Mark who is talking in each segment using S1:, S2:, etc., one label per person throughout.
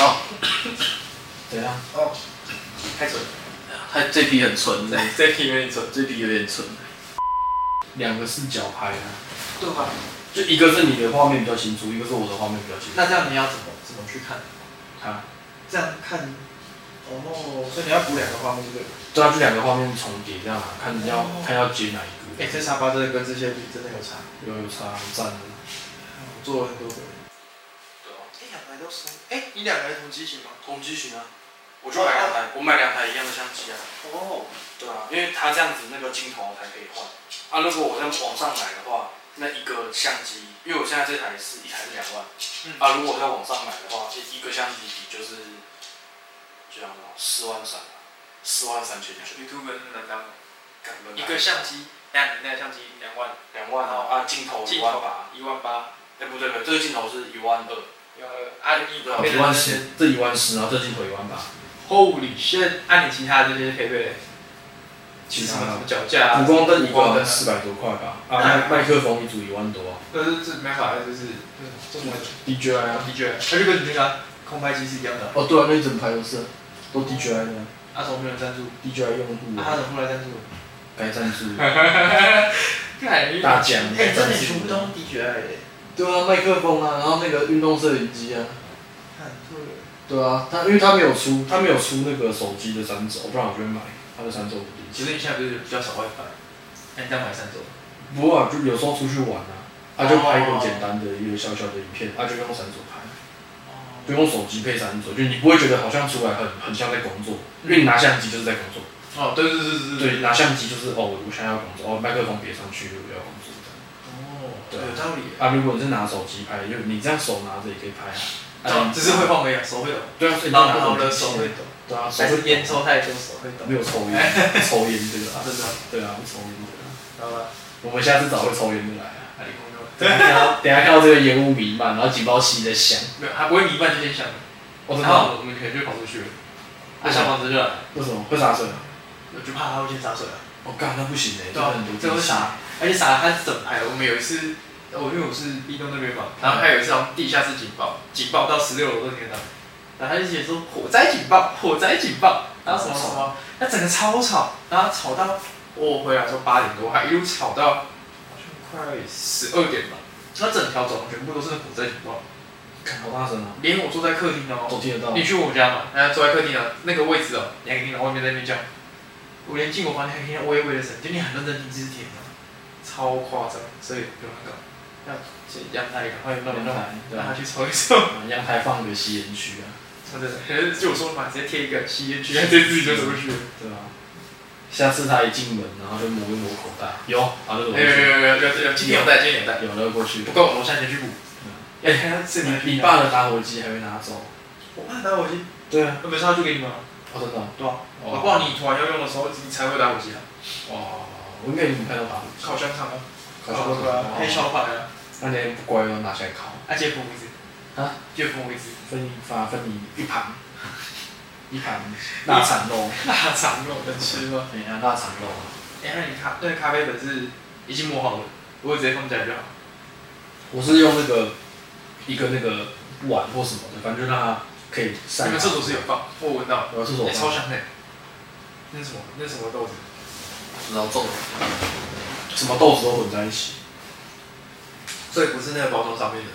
S1: 哦
S2: 对啊，
S1: 哦，
S2: 太蠢了，
S1: 他这批很纯 的，
S2: 这题有点蠢。
S1: 这批有点纯。
S3: 两个视角拍啊，
S2: 对吧？
S3: 就一个是你的画面比较清楚，一个是我的画面比较清楚。
S2: 那这样你要怎么怎么去看？
S3: 啊，
S2: 这样看，哦，所以你要补两个画面对不对？
S3: 对啊，就两个画面重叠这样啊，看你要
S2: 哦
S3: 看要截哪一
S2: 哎、
S3: 个。
S2: 这沙发真的跟这些比真的有差，
S3: 有有差赞。
S2: 我做了很多回。
S3: 对啊，
S2: 哎、两台都收。哎、你两台同机型吗？
S3: 同机型啊，我就买两台，我买两台一样的相机啊。
S2: 哦，
S3: 对啊，因为它这样子那个镜头才可以换。啊，如果我在网上买的话，那一个相机，因为我现在这台是一台是两万，
S2: 嗯
S3: 啊，如果我在网上买的话，一个相机底就是，就像什么四万三吧，四万三千九，
S2: ，YouTube 很难当。
S3: 干
S2: 一个相机，那你那相机两万，
S3: 两万哦，啊，镜头一
S2: 镜
S3: 万
S2: 头
S3: 八，
S2: 一万八，
S3: 哎、不对不对，这个镜头是一万二，
S2: 要按你
S3: 对啊，
S2: 配
S3: 一
S2: 的那
S3: 万
S2: 些
S3: 四，这一万四，然后这镜头一万八，
S2: ，Holy shit！按你其他的这些配备嘞，
S3: 其
S2: 什
S3: 他
S2: 么脚架啊，
S3: 补光灯一
S2: 补光
S3: 万
S2: 灯
S3: 四百多块吧，啊，麦麦克风一组一万多啊
S2: 这是这没办法，这是这么
S3: ，DJI 啊，
S2: DJI，它就跟你那个空拍机是一样的。
S3: 哦对啊，那一整排都是，都 DJI 的啊
S2: 阿童没有赞助，
S3: ，DJI 用户
S2: 那
S3: 啊
S2: 他怎么后来赞助？
S3: 该赞助。
S2: 对
S3: 大奖
S2: 哎，真的全部都用 DJI 的，
S3: 对啊，麦克风啊，然后那个运动摄影机啊，
S2: 看对了。
S3: 对啊，他因为他没有出，他没有出那个手机的三轴，不然我就会买他的三轴五
S2: 请
S3: D。
S2: 问一下，不是比较少 WiFi？那你这样买三轴？
S3: 不过啊，就有时候出去玩啊，他就拍一个简单的一个小小的影片，他就用三轴拍，
S2: 哦，
S3: 就用手机配三轴，就你不会觉得好像出来很很像在工作，因为你拿相机就是在工作，
S2: 哦，对对对对对。
S3: 对，拿相机就是哦，我现在要工作，哦，麦克风别上去，我要工作这样。
S2: 哦，
S3: 对
S2: 有道理耶。
S3: 啊，如果你是拿手机拍，就你这样手拿着也可以拍啊。啊
S2: 哦，只是会晃而已，手会抖。
S3: 对啊，所以你就
S2: 老
S3: 拿
S2: 老
S3: 手机拍
S2: 的手会抖，
S3: 对啊，手
S2: 还
S3: 会
S2: 是
S3: 抖
S2: 烟抽太多手会抖
S3: 没。有抽烟，抽烟这个
S2: 啊
S3: 啊，
S2: 真的，
S3: 对啊，抽烟这
S2: 知道
S3: 个。
S2: 吧？
S3: 我们下次找会抽烟的来啊。
S2: 哪里朋友？
S3: 等一下等一下看到这个烟雾弥漫，然后警报器在响。
S2: 没有，还不会迷半就先想，
S3: 我
S2: 然后我们可能就跑出去了，啊，消防车就来了，
S3: 为什么会洒水啊？
S2: 我就怕他会先洒水啊，
S3: 我干，那不行哎，
S2: 对啊
S3: 真的很多
S2: 这会洒，而且洒了他是整排的，我们有一次，我因为我是壁栋那边嘛，然后还有一次从地下室警报，警报到十六楼都听得到，然后他就写说火灾警报，火灾警报，然后什么什么，那整个超吵，然后吵到我回来的时候八点多，还一路吵到好像快十二点吧，那整条走廊全部都是火灾警报，
S3: 干好大声啊，
S2: 连我坐在客厅哦，
S3: 都听得到
S2: 你。去我家嘛，然后坐在客厅的那个位置哦，两个电脑外面在那边叫，我连进我房间还听到微微的声音，就你很认真听，这是甜的，超夸张，所以不用那个，要所以阳台赶快弄一弄，
S3: 对
S2: 让
S3: 啊
S2: 他，去抽一抽，
S3: 阳台放个吸烟区啊，
S2: 真的，可是就我说嘛，直接贴一个吸烟区，这自己就出去了。
S3: 对啊。下次他一进门，然后就摸一摸口袋，有，然后就走过
S2: 有有
S3: 去，
S2: 有有有有，今天有带，今天有带，
S3: 有了过去
S2: 不。够，我下天去补。哎，看他这
S3: 你
S2: 里，
S3: 你，爸的打火机还会拿走？
S2: 我爸打火机，
S3: 对啊，
S2: 我没上去给你吗？
S3: 哦真的啊，
S2: 对啊，我
S3: 哦
S2: 不然你突然要用的时候，你才会打火机啊，
S3: 哦，我应该没看到打火机。
S2: 烤香肠啊，
S3: 烤
S2: 烤
S3: 香
S2: 对
S3: 肠
S2: 啊，黑小板啊，
S3: 那你不乖哦，拿起来烤，
S2: 啊，借分我一只，
S3: 啊，
S2: 借分我一只。
S3: 分一发分你一盘， 一盘腊肠肉，
S2: 腊肠肉哦能吃吗？
S3: 等一下腊肠肉，
S2: 哎、那你咖那个咖啡粉是已经磨好了，我直接放进来就好。
S3: 我是用那个一个那个碗或什么的，反正就让它可以散。
S2: 你们厕所是有放，我闻到，
S3: 有厕所
S2: 哎、
S3: 吗，
S2: 超香的。那是什么？那是什么豆子？
S3: 然后种什么豆子都混在一起，
S2: 所以不是那个包装上面的，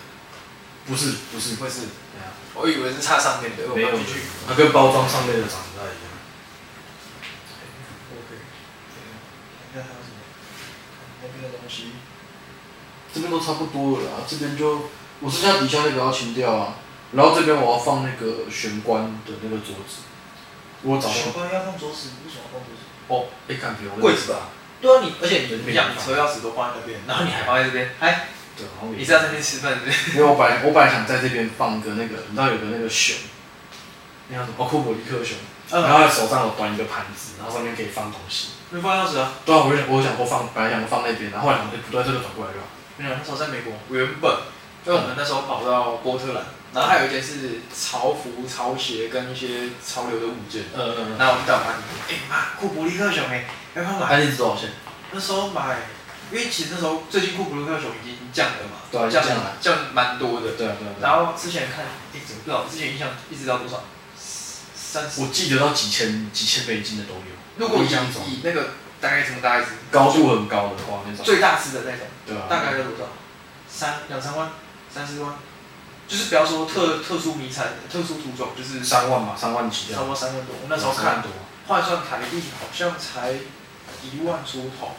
S3: 不是不是，
S2: 不是，
S3: 等一
S2: 我以为是插上面的，
S3: 下没有
S2: 进去。，
S3: 它跟包装上面的长得不太一样。
S2: OK。那还有什么？那边的东西。
S3: 这边都差不多了啦，这边就我剩下底下那个要清掉啊，然后这边我要放那个玄关的那个桌子，我找到
S2: 关要放桌子，为什么放桌子？
S3: 哦，哎，看别人
S2: 柜子吧。对啊，你而且
S3: 人
S2: 你
S3: 面
S2: 一样，你车钥匙都放在那边，然后你还放在这边，哎，
S3: 对，然后
S2: 你
S3: 也
S2: 是要在那边吃饭是不是？
S3: 因为我本来我本来想在这边放个那个，你知道有个那个熊，那叫什么？哦，库伯利克熊，
S2: 嗯
S3: 然后他手上有端一个盘子，然后上面可以放东西。
S2: 没放钥匙啊。
S3: 对啊，我就想我想过放，本来想过放那边，然后后来想，哎，不对，这个转过来就好。
S2: 没有，那时候在美国，原本因为我们那时候跑到波特兰，然后还有一件是潮服、潮鞋跟一些潮流的物件。
S3: 呃嗯
S2: 然后我们到买，哎、妈，库伯利克熊哎、要不要
S3: 嗯，
S2: 买？
S3: 一直多少钱？
S2: 那时候买因为其实那时候最近库布鲁克球哦已经降了嘛，
S3: 对啊已经
S2: 降
S3: 降了
S2: 降蛮多的。
S3: 对啊对啊对啊，
S2: 然后之前看一直不知道，之前印象一直到多少，三十。
S3: 我记得到几千几千美金的都有，
S2: 如果以
S3: 印象中
S2: 以那个大概这么大一只，
S3: 高度很高的话那种，
S2: 最大只的那种，
S3: 对啊，
S2: 大概要多少？三两三万，三四万，就是不要说特特殊迷彩、特殊土种，就是
S3: 三万吧，三万起
S2: 超
S3: 跳，
S2: 过三万多。我那时候看
S3: 多，
S2: 换算台币好像才一万出头，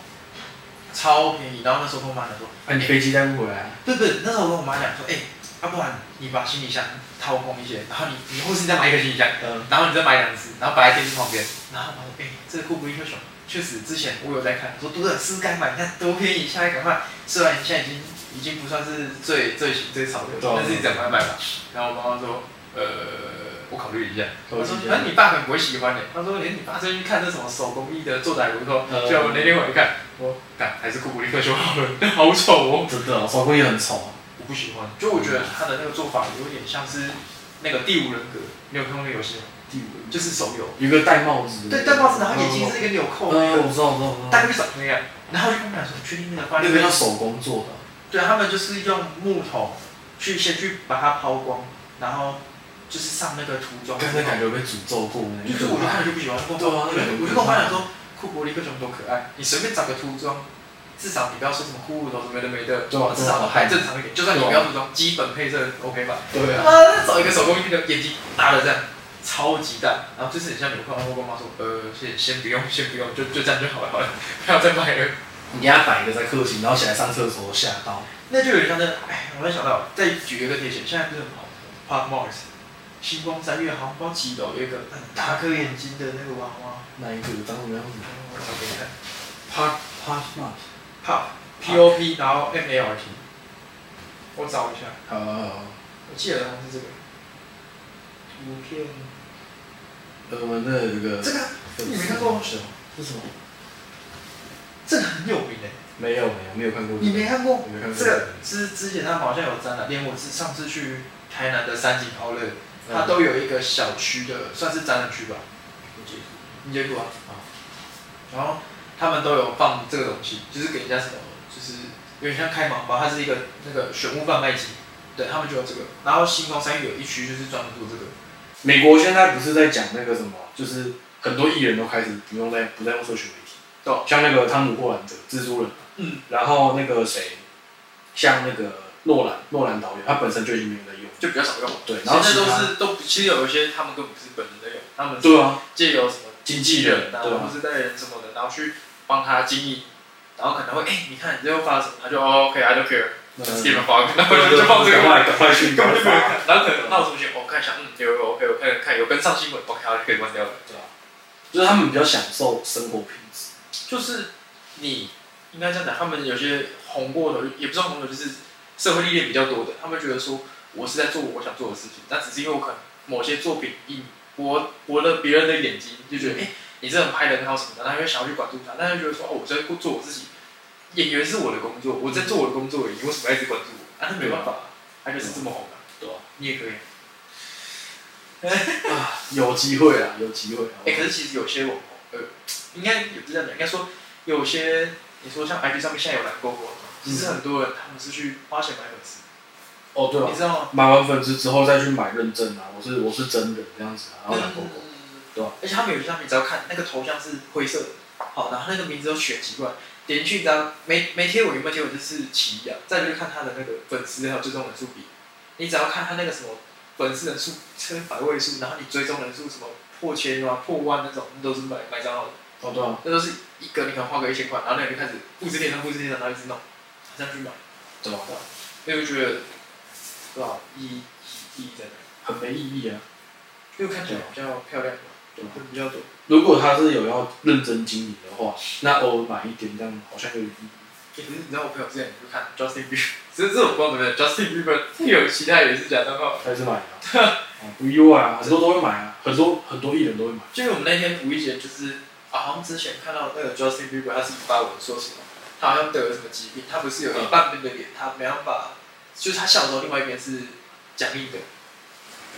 S2: 超便宜。然后那时候跟我妈讲说，
S3: 哎，你飞机带不回来，
S2: 不不，那时候我跟我妈讲说，哎、要、不然你把行李箱掏空一些，然后你你或是你再买一个行李箱，
S3: 嗯，
S2: 然后你再买两只，然后摆在电视旁边。然后我妈说，哎、这个库布林特熊，确实之前我有在看，我说读者是不是该买，你看多便宜，现在赶快。虽然现在已经已经不算是最最最潮流，
S3: 对啊
S2: 但是你赶快买吧。然后我妈妈说，呃，我考虑一下。我说
S3: 飞：“机
S2: 那你爸可能不会喜欢的。”他说：“连你爸最近看那什么手工艺的做奶炉头，
S3: 呃
S2: 就我那天我一看，我干还是库布里克熊好了，好丑哦！
S3: 真的哦，手工也很丑啊，
S2: 我不喜欢，就我觉得他的那个做法有点像是那个第五人格，你有看过那个游戏吗？
S3: 第五
S2: 就是手游，
S3: 有一个戴帽子的，
S2: 对，戴帽子，然后眼睛是一个纽扣，那
S3: 嗯，
S2: 个
S3: 我知道我知道我知
S2: 戴
S3: 道，
S2: 绿长那样，然后我就跟他们说，确定那个发
S3: 那个叫
S2: 现，
S3: 手工做的啊，
S2: 对他们就是用木头去先去把它抛光，然后就是上那个涂装，
S3: 刚才感觉被诅咒过那
S2: 就是我就看了就不喜欢，我
S3: 对啊那个很
S2: 我就跟我妈讲说，库伯利克熊多可爱，你随便找个涂装，至少你不要说什么骷髅头什么的没的，
S3: 对啊
S2: 至少还正常一点，就算你
S3: 对啊
S2: 不要涂装，基本配色 OK 吧。
S3: 对
S2: 他
S3: 啊，
S2: 妈的找一个手工艺的眼睛大的这样，超级大，然后就是很像牛块，然后我跟我妈说，呃，先先不用，先不用，就就这样就好了，好了，不要再卖了。
S3: 你给他摆一个在客厅，然后起来上厕所吓到，
S2: 那就有点像那个，哎，我才想到，再举一个贴钱，现在不是很好，Pop Mart，星光三月好像不知道几楼有一个很大颗眼睛的那个娃娃，
S3: 那一个长什么样子
S2: 我找给你看。
S3: ？Park Park Smart，
S2: Pop P O P，然后 M A R T。我找一下，
S3: 好好好好
S2: 我记得好像是这个图片。
S3: 呃，我们那有一个
S2: 这个
S3: 粉丝
S2: 你没看过吗
S3: 是吗是什么？
S2: 这个很有名诶、
S3: 没有没有没有看过这
S2: 你
S3: 个，
S2: 没看过？
S3: 没看过
S2: 这个之之前他们好像有展览，连我是上次去台南的三井奥乐，
S3: 嗯
S2: 它都有一个小区的，算是展览区吧。你接触啊？
S3: 啊
S2: 然后他们都有放这个东西，就是给人家什么，就是有点像开盲包，它是一个那个选物贩卖机，对他们就有这个。然后星光三月有一区就是专门做这个。
S3: 美国现在不是在讲那个什么，就是很多艺人都开始不用再不再用社群媒体，
S2: 对
S3: 像那个汤姆·霍兰德、蜘蛛人，
S2: 嗯，
S3: 然后那个谁，像那个诺兰，诺兰导演，他本身就已经没有在用，
S2: 就比较少用。
S3: 对，然后
S2: 现在
S3: 其
S2: 都
S3: 他
S2: 是都不其实有一些他们根本不是本人在用，他们
S3: 对啊，
S2: 借由什么
S3: 经纪人
S2: 啊，
S3: 对啊
S2: 或是代言人什么的，然后去帮他经营，然后可能会哎、你看你这又发了什么，他就哦 OK，I don't care，
S3: 嗯
S2: 给你们发，然后
S3: 对对
S2: 就放这
S3: 对
S2: 个
S3: 赶。快赶快去
S2: 根本就没有
S3: 发，
S2: 看，然后可能闹出去，我看一下，嗯，有有 OK，我看看有跟上新闻，OK，它就可以关掉了。
S3: 对啊，就是他们比较享受生活品质，
S2: 就是你应该这样讲，他们有些红过头，也不算红过头，就是社会历练比较多的，他们觉得说我是在做我想做的事情，但只是因为我可能某些作品引博博了别人的眼睛，就觉得哎、诶你这种拍的很好什么的，然后又想要去关注他，但是觉得说哦，我在做我自己，演员是
S3: 嗯
S2: 我的工作，我在做我的工作而已，你为什么要一直关注我？啊，那没办法，他就是这么红的、
S3: 对啊，
S2: 你也可以。
S3: 有机会啊，有机会啊，
S2: 哎、可是其实有些网红，呃，应该也不是这样讲，应该说有些你说像 IG 上面现在有蓝勾勾，其实很多人他们是去花钱买粉丝，
S3: 哦嗯对啊
S2: 你，知道吗？
S3: 买完粉丝之后再去买认证啊，我是我是真人这样子啊，然后拿狗狗。对啊
S2: 嗯而且他们有些他们只要看那个头像是灰色的，好，然后那个名字都选奇怪，点进去你知道没没贴我有没有贴我就是奇异啊，再就是看他的那个粉丝还有追踪人数比，你只要看他那个什么粉丝人数车百位数，然后你追踪人数什么破千啊破万那种，那都是买买账号的。
S3: 哦对啊，
S2: 那都是一个你可能花个一千块，然后那个就开始复制贴上、复制贴上，然后一直弄，这样去买，
S3: 对吧？
S2: 所以我就觉得，对吧？意义意义在哪？
S3: 很没意义啊。
S2: 因为看起来比较漂亮嘛，
S3: 对
S2: 会比较多。
S3: 如果他是有要认真经营的话，那偶尔买一点这样好像有点意义。
S2: 欸可是你知道我朋友之前就看 Justin Bieber，只 是这种光怎么样？Justin Bieber 他有其他也是假账号。
S3: 还是买啊，啊不意外啊，很多都会买啊，很多很多艺人都会买。
S2: 就是我们那天无意间就是啊，好像之前看到那个 Justin Bieber，他是发文说什么，他好像得了什么疾病，他不是有一半边的脸，他没办法，就是他笑的时候另外一边是僵硬的。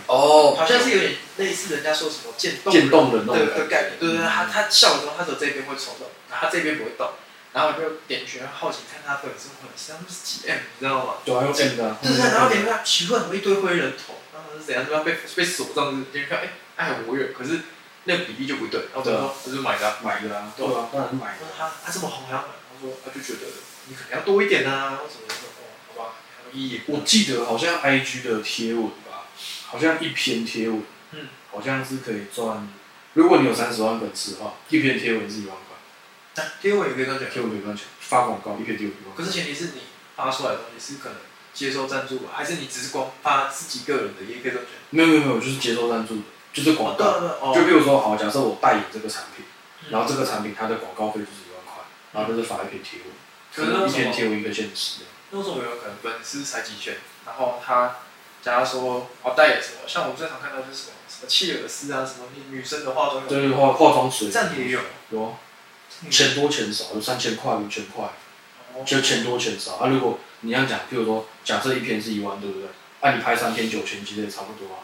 S3: 哦
S2: 好像是有点类似人家说什么渐冻
S3: 渐冻人那
S2: 的
S3: 种嗯
S2: 的概念，对对对，他他笑的时候，他只有这边会抽动，然后他这边不会动，然后我就点选好奇看他粉丝会三十几 M，你知道吗？
S3: 对啊，用印的啊，
S2: 就是然后点开奇怪，怎么一堆灰人头？然后是怎样？他妈被被锁这样子，点开哎，他很活跃，可是那个比例就不对。然后我就说这是买的啊，
S3: 买的啊，对啊，当然是买
S2: 我
S3: 的
S2: 说
S3: 啊。
S2: 他他这么红还要买？他说他就觉得你可能要多一点啊，或什么的。我说哦，好吧，还有意义。
S3: 我记得好像 IG 的贴文吧，好像一篇贴文，
S2: 嗯，
S3: 好像是可以赚，如果你有三十万粉丝的话，一篇贴文是一万块，
S2: 贴文也可以这样讲，
S3: 贴文可以赚钱，发广告一篇贴文一万
S2: 可
S3: 块。
S2: 是前提是你发出来的东西是可能接受赞助吧，还是你只是光发自己个人的也可以这样讲？
S3: 没有没有没有，就是接受赞助的，就是广告。
S2: 对
S3: 就
S2: 哦，
S3: 比如说，好，假设我代言这个产品，
S2: 嗯
S3: 然后这个产品它的广告费就是一万块，然后就是发一篇贴文，
S2: 可是那
S3: 一
S2: 为什
S3: 篇
S2: 么
S3: 贴文一个限时。
S2: 那种有可能粉丝采集权，然后他假如说哦代言什么，像我们最常看到就是什么什么契尔斯啊，什么女生的化妆品，
S3: 对，化化妆水
S2: 这样也有，嗯
S3: 有啊，钱多钱少，有三千块、五千块，
S2: 哦
S3: 就钱多钱少啊。如果你这样讲，譬如说，假设一篇是一万，对不对？啊，你拍三天九千，其实也差不多啊。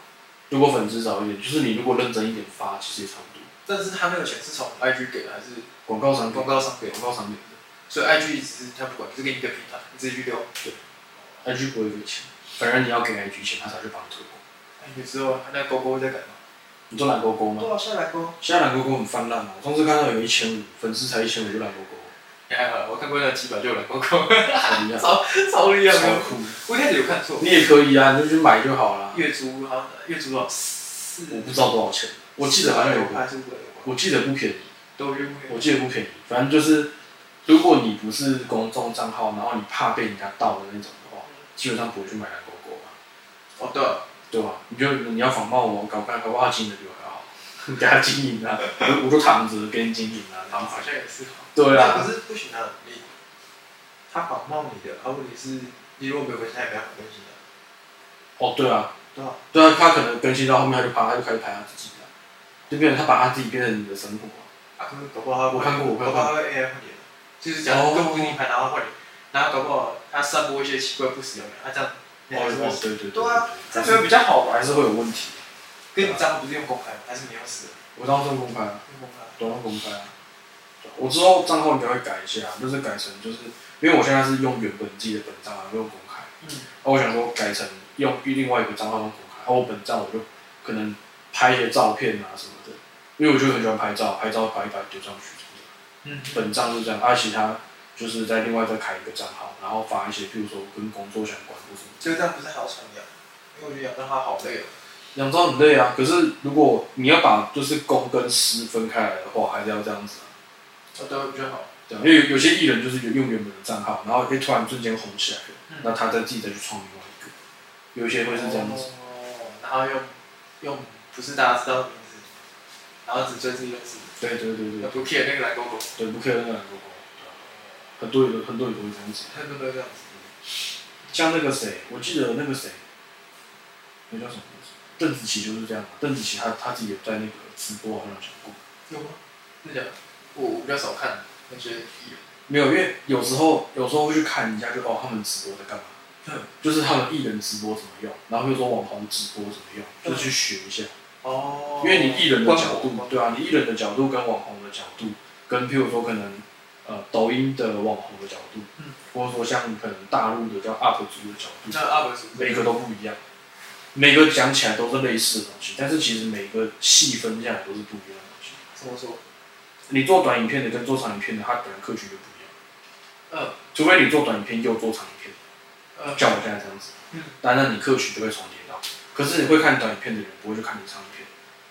S3: 如果粉丝少一点，就是你如果认真一点发，其实也差不多。
S2: 但是他那个钱是从 IG 给的还是
S3: 广告商
S2: 广
S3: 品，
S2: 告商给的？
S3: 广告商品
S2: 所以 IG 只是他不管，就是给你一个平台，你自己去丢。
S3: ，IG 不会给钱，反正你要给 IG 钱，他才去帮你推广。
S2: IG 之后，他那勾勾在改吗？
S3: 你做蓝勾勾吗？
S2: 多少下来 勾？
S3: 啊现在蓝勾勾很泛滥啊，我上次看到有一千五，粉丝才一千五就蓝勾 勾，
S2: 还哎好，我看过那几百就有人勾勾，
S3: 超厉害，
S2: 超厉害
S3: 超
S2: 的。
S3: 酷。
S2: 我一开始有看错，
S3: 你也可以啊，你就去买就好啦。
S2: 月租好像月租多少？四
S3: 我不知道多少钱，我记得好像有个，
S2: 还是五百多
S3: 我记得不便宜。
S2: 都月
S3: 我记得不便宜，反正就是，如果你不是公众账号，然后你怕被人家盗的那种的话，基本上不会去买蓝勾勾吧，
S2: 哦，对了，
S3: 对吧？你就你要仿冒我，搞干搞不好经营的比我还好，你 给他经营啊，我就躺着给你经营啊，这
S2: 好
S3: 样子
S2: 好像也是。
S3: 对
S2: 啊，
S3: 啊，
S2: 可是不行啊，你他仿冒你的，啊，问题是你如果没有更新，他也没办法更新的。
S3: 哦对啊，
S2: 对啊，
S3: 对啊，他可能更新到后面他就怕，他就开始拍他自己的，就变成他把他自己变成你的生活啊，
S2: 啊，可能搞不好他
S3: 我看过我看过
S2: 搞不好他会 AI 换脸，就是假如
S3: 哦
S2: 都不是你拍，然后换脸，然后搞不好他散播一些奇怪不实用的，他啊这样你还是会
S3: 哦对对
S2: 对啊，这
S3: 但
S2: 样
S3: 是
S2: 会比较好
S3: 还
S2: 玩。
S3: 是会有问题，
S2: 跟你账号不是用公开吗？还是你用私人？
S3: 我当时公开啊。
S2: 用公开。
S3: 短公开啊。我之后账号应该会改一下，就是改成就是，因为我现在是用原本自己的本账号用公开，
S2: 嗯，
S3: 那我想说改成用另外一个账号用公开，然后我本账我就可能拍一些照片啊什么的，因为我就很喜欢拍照，拍照拍一拍丢上去什么的。
S2: 嗯，
S3: 本账就这样，啊，其他就是在另外再开一个账号，然后发一些，譬如说跟工作相关或什么的。
S2: 就这样不是还要传扬，因为我觉得养让他好累哦。
S3: 两招很累啊，可是如果你要把就是公跟私分开来的话，还是要这样子啊。
S2: 哦，对，比较好。
S3: 对，因为有有些艺人就是用原本的账号，然后会突然瞬间红起来
S2: 嗯
S3: 了，那、他再自己再去创另外一个，有一些会是这样子。
S2: 哦，然后用用不是大家知道的名字，然后只追自己的字，
S3: 对对对对，
S2: 不 care 那个来勾勾，
S3: 对不可以那个人勾勾，啊很多人很多人都会这样子。
S2: 很多都这样子。
S3: 像那个谁，我记得那个谁，那叫什么名字？邓紫棋就是这样嘛。邓紫棋
S2: 啊
S3: 她她自己有在那个直播好像有讲过，
S2: 有吗？真的假的？我我比较少看那些艺人。
S3: 没有，因为有时候有时候会去看一下，就哦他们直播在干嘛，
S2: 嗯
S3: 就是他们艺人直播怎么用，然后又说网红直播怎么用，就去学一下。
S2: 哦
S3: 因为你艺人的角度，对啊，你艺人的角度跟网红的角度，跟譬如说可能呃抖音的网红的角度，
S2: 嗯
S3: 或者说像可能大陆的叫 UP 主的角
S2: 那
S3: 度，
S2: 阿文是不
S3: 每
S2: 是？
S3: 个都不一样，每个讲起来都是类似的东西，但是其实每个细分下来都是不一样的东西。
S2: 怎么说？
S3: 你做短影片的跟做长影片的，它本来客群就不一样，
S2: 嗯
S3: 除非你做短影片又做长影片，
S2: 呃，
S3: 像我现在这样子，
S2: 嗯，
S3: 当然你客群就会重叠到。可是你会看短影片的人不会去看你长影片，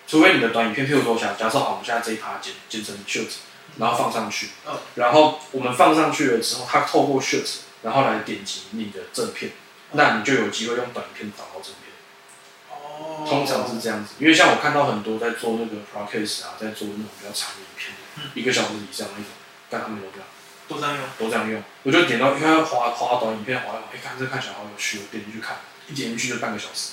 S3: 除非你的短影片，譬如说假假设好，我们现在这一趴剪剪成 short，然后放上去，
S2: 嗯
S3: 然后我们放上去了之后，他透过 short，然后来点击你的正片，
S2: 嗯
S3: 那你就有机会用短片导到正片。
S2: 哦，
S3: 通常是这样子，因为像我看到很多在做那个 podcast 啊，在做那种比较长的影片，
S2: 嗯
S3: 一个小时以上那种，但他们都这样
S2: 都这样用。
S3: 都这样用，我就点到，因为他滑滑短影片滑一滑，哎、看这看起来好有趣，我点进去看，一点进去就半个小 时，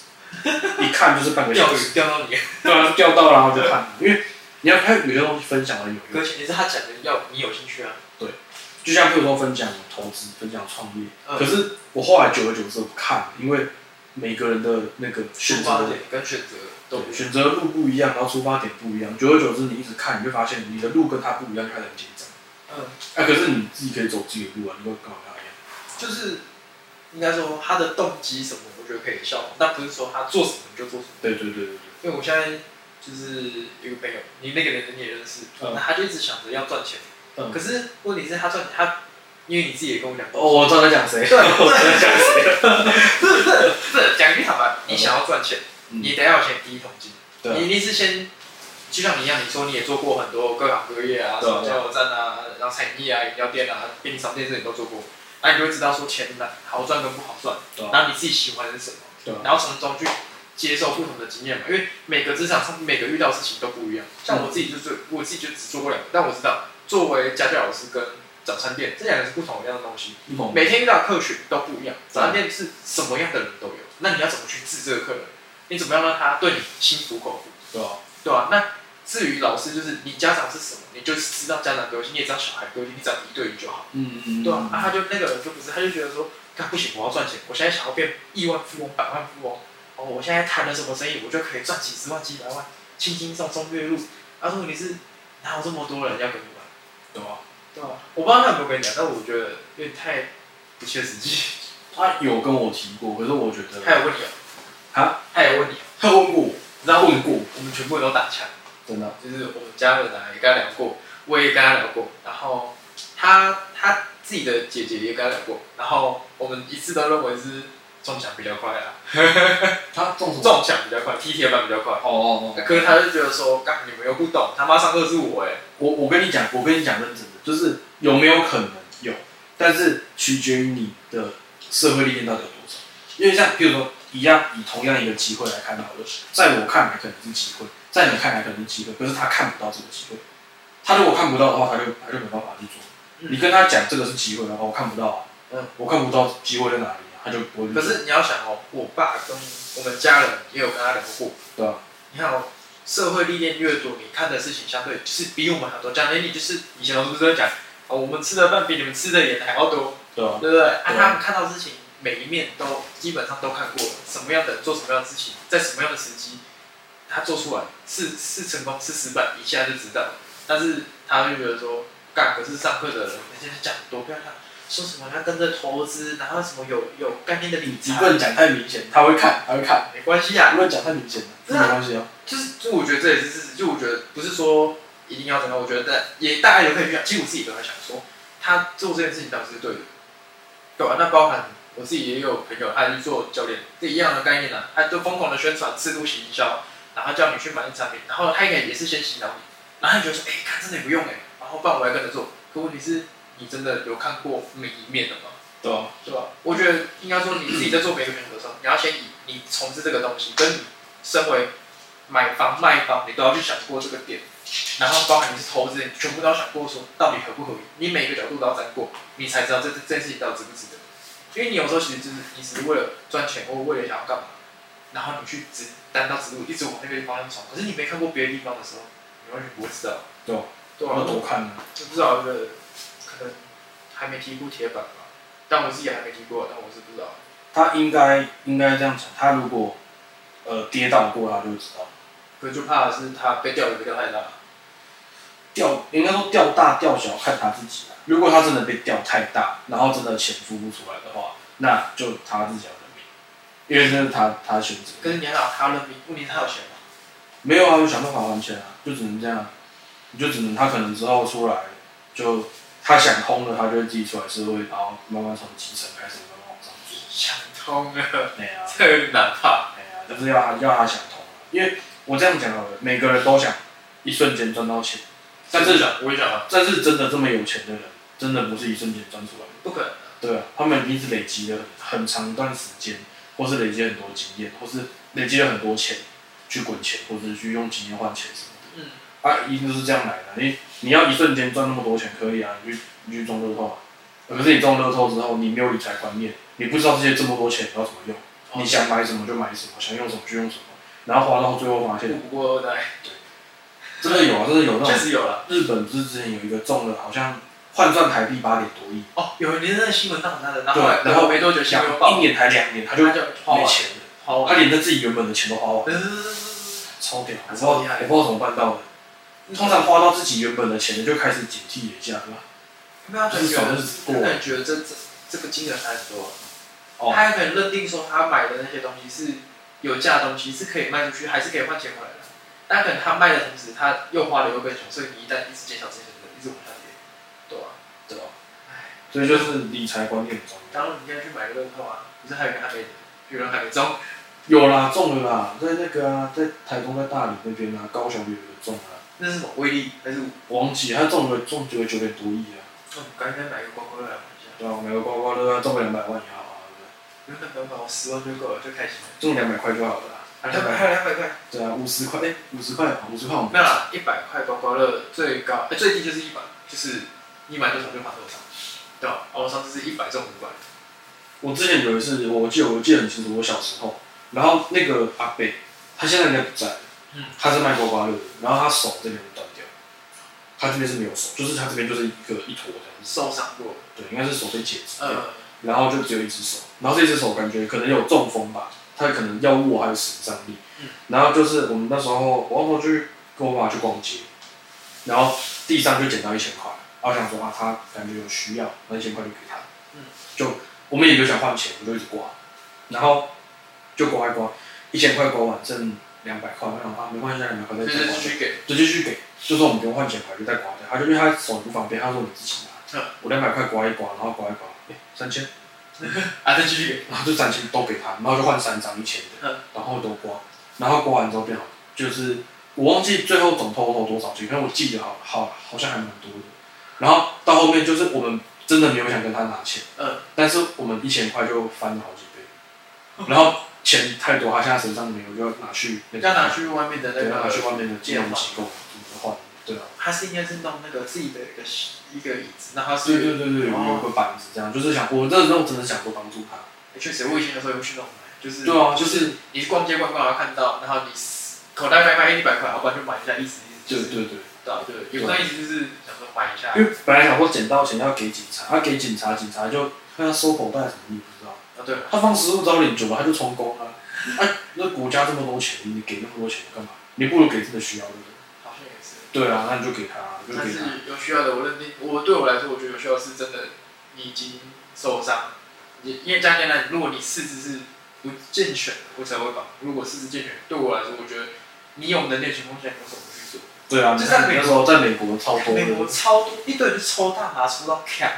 S3: 一看就是半个小
S2: 钓
S3: 时，
S2: 鱼钓到你，
S3: 对啊，钓到然后就看，因为你要看有些东西分享很有用，
S2: 而且你是他讲的要你有兴趣啊。
S3: 就像譬如说分享投资、分享创业，
S2: 嗯
S3: 可是我后来久而久之我不看，因为每个人的那个选
S2: 出
S3: 择
S2: 发
S3: 的
S2: 点跟选择都不
S3: 对
S2: 一样。
S3: 选择路不一样，然后出发点不一样，久而久之你一直看，你就发现你的路跟他不一样，就开始很紧张，
S2: 嗯，
S3: 啊，可是你自己可以走自己的路啊，你不要搞他一样。
S2: 就是应该说他的动机什么，我觉得可以效仿，但不是说他做什么你就做什么。
S3: 对对对对
S2: 因为我现在就是有个朋友，你那个人你也认识，
S3: 嗯
S2: 那他就一直想着要赚钱，
S3: 嗯
S2: 可是问题是他赚他，因为你自己也跟我讲
S3: 对。
S2: 过，
S3: 哦，我知道在讲谁。
S2: 对啊
S3: 我知道在讲谁。
S2: 这讲一句坦白，你想要赚钱，
S3: 嗯
S2: 你得要有钱第一桶金，
S3: 对啊
S2: 你一定是先。就像你一样，你说你也做过很多各行各业啊，什
S3: 对啊
S2: 么加油站啊，然后餐饮业啊、饮料店啊、便利商店这些你都做过，那你就会知道说钱难好赚跟不好赚，
S3: 对啊
S2: 然后你自己喜欢的是什么，
S3: 对啊
S2: 然后从中去接受不同的经验嘛，因为每个职场上每个遇到的事情都不一样。像我自己就做，我自己就只做过两个，但我知道作为家教老师跟早餐店这两个是不同一样的东西，
S3: 嗯
S2: 每天遇到的客群都不一样。早餐店是什么样的人都有，那你要怎么去治这个客人？你怎么样让他对你心服口服，
S3: 对啊，
S2: 对吧、那至于老师，就是你家长是什么，你就是知道家长个性，你也知道小孩个性，你只要一对一就好。
S3: 嗯嗯，
S2: 对啊，啊，他就那个人就不是，他就觉得说，他不行，我要赚钱，我现在想要变亿万富翁、百万富翁，哦，我现在谈了什么生意，我就可以赚几十万、几百万，轻轻松松月入。他说你是哪有这么多人要跟你玩？
S3: 对啊，
S2: 对啊，我不知道他有没有跟你讲，但我觉得有点太不切实际。
S3: 他有跟我提过，可是我觉得
S2: 他有问你啊？
S3: 啊，
S2: 他有问你啊？
S3: 他问过我，
S2: 然后我
S3: 问过我，
S2: 我们全部人都打枪，
S3: 真的啊，
S2: 就是我们家人啊也跟他聊过，我也跟他聊过，然后他他自己的姐姐也跟他聊过，然后我们一致都认为是中奖比较快啊。
S3: 他中什么？
S2: 中奖比较快，踢铁板比较快。
S3: 哦哦哦，
S2: 可是他就觉得说，干你们又不懂，他妈上课是我哎、
S3: 我我跟你讲，我跟你讲认真的，就是有没有可能有，但是取决于你的社会历练到底有多少。因为像比如说一样，以同样一个机会来看好了，在我看来可能是机会，在你看来可能是机会，可是他看不到这个机会。他如果看不到的话，他就他就没办法去做。
S2: 嗯
S3: 你跟他讲这个是机会，然后我看不到啊，
S2: 嗯
S3: 我看不到机会在哪里啊，他就不会去
S2: 可
S3: 做。
S2: 是你要想哦，我爸跟我们家人也有跟他聊过。
S3: 对啊，
S2: 你看哦，社会历练越多，你看的事情相对就是比我们很多。讲真，你就是以前老师不是在讲，哦，我们吃的饭比你们吃的盐还要多，
S3: 对啊，
S2: 对不对？啊，
S3: 对啊
S2: 他们看到的事情每一面都基本上都看过了，什么样的人做什么样的事情，在什么样的时机，他做出来是是成功是失败，一下就知道了。但是他就觉得说，干，可是上课的人人家讲多漂亮，说什么要跟着投资，然后什么有有概念的
S3: 你
S2: 理财
S3: 不，能讲太明显，他会看，他会看。
S2: 没关系啊
S3: 不。能讲太明显了，这没关系啊。
S2: 就是，就我觉得这也是事实。就我觉得不是说一定要怎么样，我觉得也大概有可以去想。其实我自己都在想说，他做这件事情到底是对的，对吧、那包含我自己也有朋友，他去做教练，这一样的概念啊，他就疯狂的宣传制度行销，然后叫你去买产品，然后他应该也是先洗脑你，然后你觉得说，哎、看真的有用哎、然后不然我来跟着做。可问题是，你真的有看过每一面的吗？
S3: 对啊，
S2: 对吧？我觉得应该说你自己在做每个选择的时候，你要先以你从事这个东西，跟你身为买房卖房，你都要去想过这个点，然后包含你是投资人，你全部都要想过说到底合不合理，你每个角度都要沾过，你才知道这这这件事情到底值不值得。因为你有时候其实就是你只是为了赚钱或为了想要干嘛，然后你去只单刀直入，一直往那个方向闯，可是你没看过别的地方的时候，你完全不会知道。
S3: 对啊
S2: 对啊
S3: 要多看啊。
S2: 我不知道，这个可能还没踢过铁板吧，但我自己还没踢过，但我是不知道。
S3: 他应该应该这样讲，他如果呃跌倒过，他就会知道。
S2: 可是就怕的是他被钓鱼被钓太大，
S3: 钓应该说钓大钓小看他自己啊。如果他真的被钓太大，然后真的钱付不出来的话，那就他自己要认命，因为这是他他选择。
S2: 可是你还好他认命，问题是他有钱吗？
S3: 没有啊，就想办法还钱啊，就只能这样啊。你就只能他可能之后出来，就他想通了，他就会自己出来社会，然后慢慢从基层开始慢慢往上做。
S2: 想通了，
S3: 对啊。
S2: 这有点难怕。
S3: 哎呀，就是要他要他想通了，因为我这样讲好了，每个人都想一瞬间赚到钱，但是
S2: 想，我也想啊，
S3: 但是真的这么有钱的人，真的不是一瞬间赚出来的，
S2: 不可能。
S3: 对啊，他们一定是累积了很长一段时间，或是累积很多经验，或是累积了很多钱去滚钱，或者去用经验换钱什么的，
S2: 嗯，
S3: 啊，一定都是这样来的。你你要一瞬间赚那么多钱可以啊，你去你去中乐透啊，可是你中乐透之后，你没有理财观念，你不知道这些这么多钱要怎么用。你想买什么就买什么，想用什么就用什么，然后花到最后发现，
S2: 富不过二代，
S3: 真的有啊，真的有那
S2: 确
S3: 种
S2: 实有了。
S3: 日本之前有一个中了，好像换算台币八点多亿，
S2: 哦，有一年那个新闻闹很大的，然后
S3: 对
S2: 然后没多久新闻
S3: 两
S2: 又
S3: 一
S2: 爆，
S3: 年还两年，他就
S2: 他就花
S3: 没
S2: 完，
S3: 钱了，
S2: 花完。
S3: 他连他自己原本的钱都花完了，
S2: 嗯
S3: 超屌，我不知道
S2: 超
S3: 我
S2: 厉害嗯
S3: 不知道怎么办到的。通常花到自己原本的钱的，就开始警惕一下，对吧？
S2: 那他可能
S3: 是手就是
S2: 觉得，他
S3: 过
S2: 可能觉得这这这个金额三十多，
S3: 哦
S2: 他还可能认定说他买的那些东西是有价的东西，是可以卖出去，还是可以换钱回来的。但可能他卖的同时，他又花了又更穷，所以你一旦一直减小这些的，一直往下跌，对啊，
S3: 对吧？所以就是理财观念很重要。
S2: 当然你应该去买个乐透啊，不是还有人还没，有人还没中，
S3: 有啦，中了啦，在那个啊，在台东在大理那边啊，高雄有一个中啊，
S2: 那是什么威力还是？
S3: 我忘记他中了中九九点多亿啊，
S2: 我赶紧买个刮刮乐来玩一下，
S3: 对啊，我买个刮刮乐啊中个两百万也好啊，
S2: 有那本我十万就够了，就开心了。
S3: 对不对中两百块就好了啦。
S2: 啊，两百块，两百块。
S3: 对啊，五十块，哎，五十块，五十块我们
S2: 没有啦，一百块刮刮乐最高、呃最低就是一百，就是你买多少就罚多少，对吧？哦，我上次是一百中五百，
S3: 我之前有一次，我记得我记得很清楚，我小时候，然后那个阿贝，他现在应该不在了，
S2: 嗯
S3: 他是卖刮刮乐的，然后他手这边断掉，他这边是没有手，就是他这边就是一个一坨这样子，
S2: 受伤过，
S3: 对，应该是手被截肢，
S2: 呃，
S3: 然后就只有一只手，然后这只手感觉可能有中风吧，他可能药物还有损伤力，
S2: 嗯
S3: 然后就是我们那时候，我那时候去跟我爸去逛街，然后地上就捡到一千块，然后想说啊，他感觉有需要，那一千块就给他，
S2: 嗯
S3: 就我们也没有想换钱，我们就一直刮，然后就刮一刮，一千块刮完剩两百块，我想啊没关系，两百块再
S2: 所
S3: 再
S2: 以就
S3: 刮
S2: 是去给，
S3: 就继续给，就说我们不用换钱牌，就再刮掉。他就因为他手不方便，他说你自己拿
S2: 嗯。
S3: 我两百块刮一刮，然后刮一刮，哎、三千，
S2: 啊，再继续给，
S3: 然后就三千都给他，然后就换三张一千
S2: 嗯
S3: 的，然后都刮，然后刮完之后变好，就是我忘记最后总 total 多少钱，因为我记得好好好像还蛮多的。然后到后面就是我们真的没有想跟他拿钱，
S2: 嗯，
S3: 但是我们一千块就翻了好几倍，然后钱太多，他现在身上没有，就拿去那个
S2: 要拿去外面的那
S3: 对，要拿去
S2: 个，
S3: 外面的金融机构换，对啊。
S2: 他是应该是弄那个自己的一个一个椅子，那他
S3: 对
S2: 是，
S3: 对对对，有
S2: 哦
S3: 有个板子这样，就是想我真的那种真的想过帮助他。
S2: 欸确实我以前有时候也会去弄，就是，
S3: 对啊，就是
S2: 你逛街逛逛然后看到，然后你口袋翻翻一百块，要不然就买一下意思意思，
S3: 对，对对，
S2: 对啊对，有那意思就是想说买一下，
S3: 因为本来想说捡到钱要给警察，他给警察，警察就看他收口袋什么你也不知道，
S2: 啊对，
S3: 他放食物招领久了他就充公了。哎，那国家这么多钱，你给那么多钱干嘛？你不如给真的需要的人。
S2: 好像也是。
S3: 对啊，那你就给他，你就
S2: 但
S3: 给
S2: 是
S3: 他。
S2: 有需要的，我认定我对我来说，我觉得有需要是真的，你已经受伤，你因为加简单，如果你四肢是不健全的，我才会绑。如果四肢健全，对我来说，我觉得你有能力的情况下，你为什么不去做？
S3: 对啊，你
S2: 就在
S3: 看
S2: 美
S3: 你那
S2: 国
S3: 时候在美国超多
S2: 美国
S3: 的，
S2: 超多一堆人抽大麻抽到呛，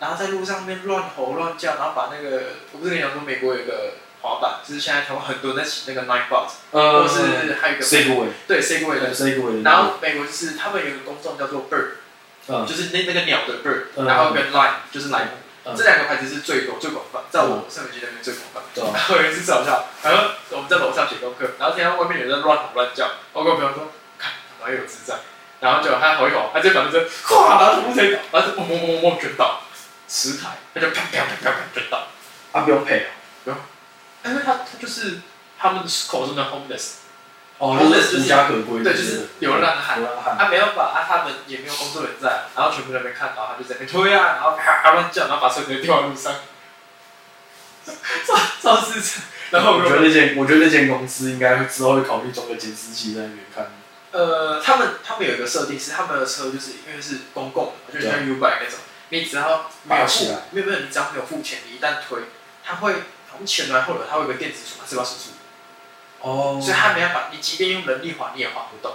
S2: 然后在路上面乱吼乱叫，然后把那个我不是跟你讲说美国有一个滑板，就是现在台湾很多人在骑那个 nine bot，或
S3: 呃，
S2: 是还有一个
S3: Segway，
S2: 对 segway 的，
S3: Segway，
S2: 然后美国就是他们有一个公众叫做 bird。
S3: 嗯
S2: 就是那那个鸟的 bird，、
S3: 嗯
S2: 然后跟 line 就是莱姆、
S3: 嗯
S2: 这两个牌子是最广最广泛，在我上面机那边最广泛。
S3: 对啊
S2: 然后有一次早上，然后我们在楼上写功课，然后听到外面有人在乱吼乱叫，我跟我朋友说，看他妈又有智障，然后就他吼一吼，他就把那车哗，然后全部推倒，然后就砰砰砰砰砰全倒，十台，他就砰砰砰砰砰全倒，
S3: 啊不用配
S2: 因为他他就是他们口中的 homeless，
S3: 哦，
S2: 就
S3: 哦，
S2: 是
S3: 那是无家可归，
S2: 对，就是流浪汉。
S3: 流浪汉。
S2: 他没有把，啊，他们也没有工作人在，然后全部在那边看，然后他就在那边推啊，然后咔咔乱叫，然后把车直接掉在路上， 超超智障。然后
S3: 我
S2: 我
S3: 觉
S2: 就
S3: 得那间，我觉得那间公司应该之后会考虑装个监视器在那边看。
S2: 呃，他们他们有一个设定是他们的车就是因为是公共的，就是像 U b i 那种，你只要没有
S3: 拔起
S2: 付
S3: 来，
S2: 没有没有，你只要没有付钱，你一旦推，他会好像前来后来，他会有个电子鼠，它是把手术，
S3: 哦
S2: 所以他没办法，你即便用人力滑，你也滑不动，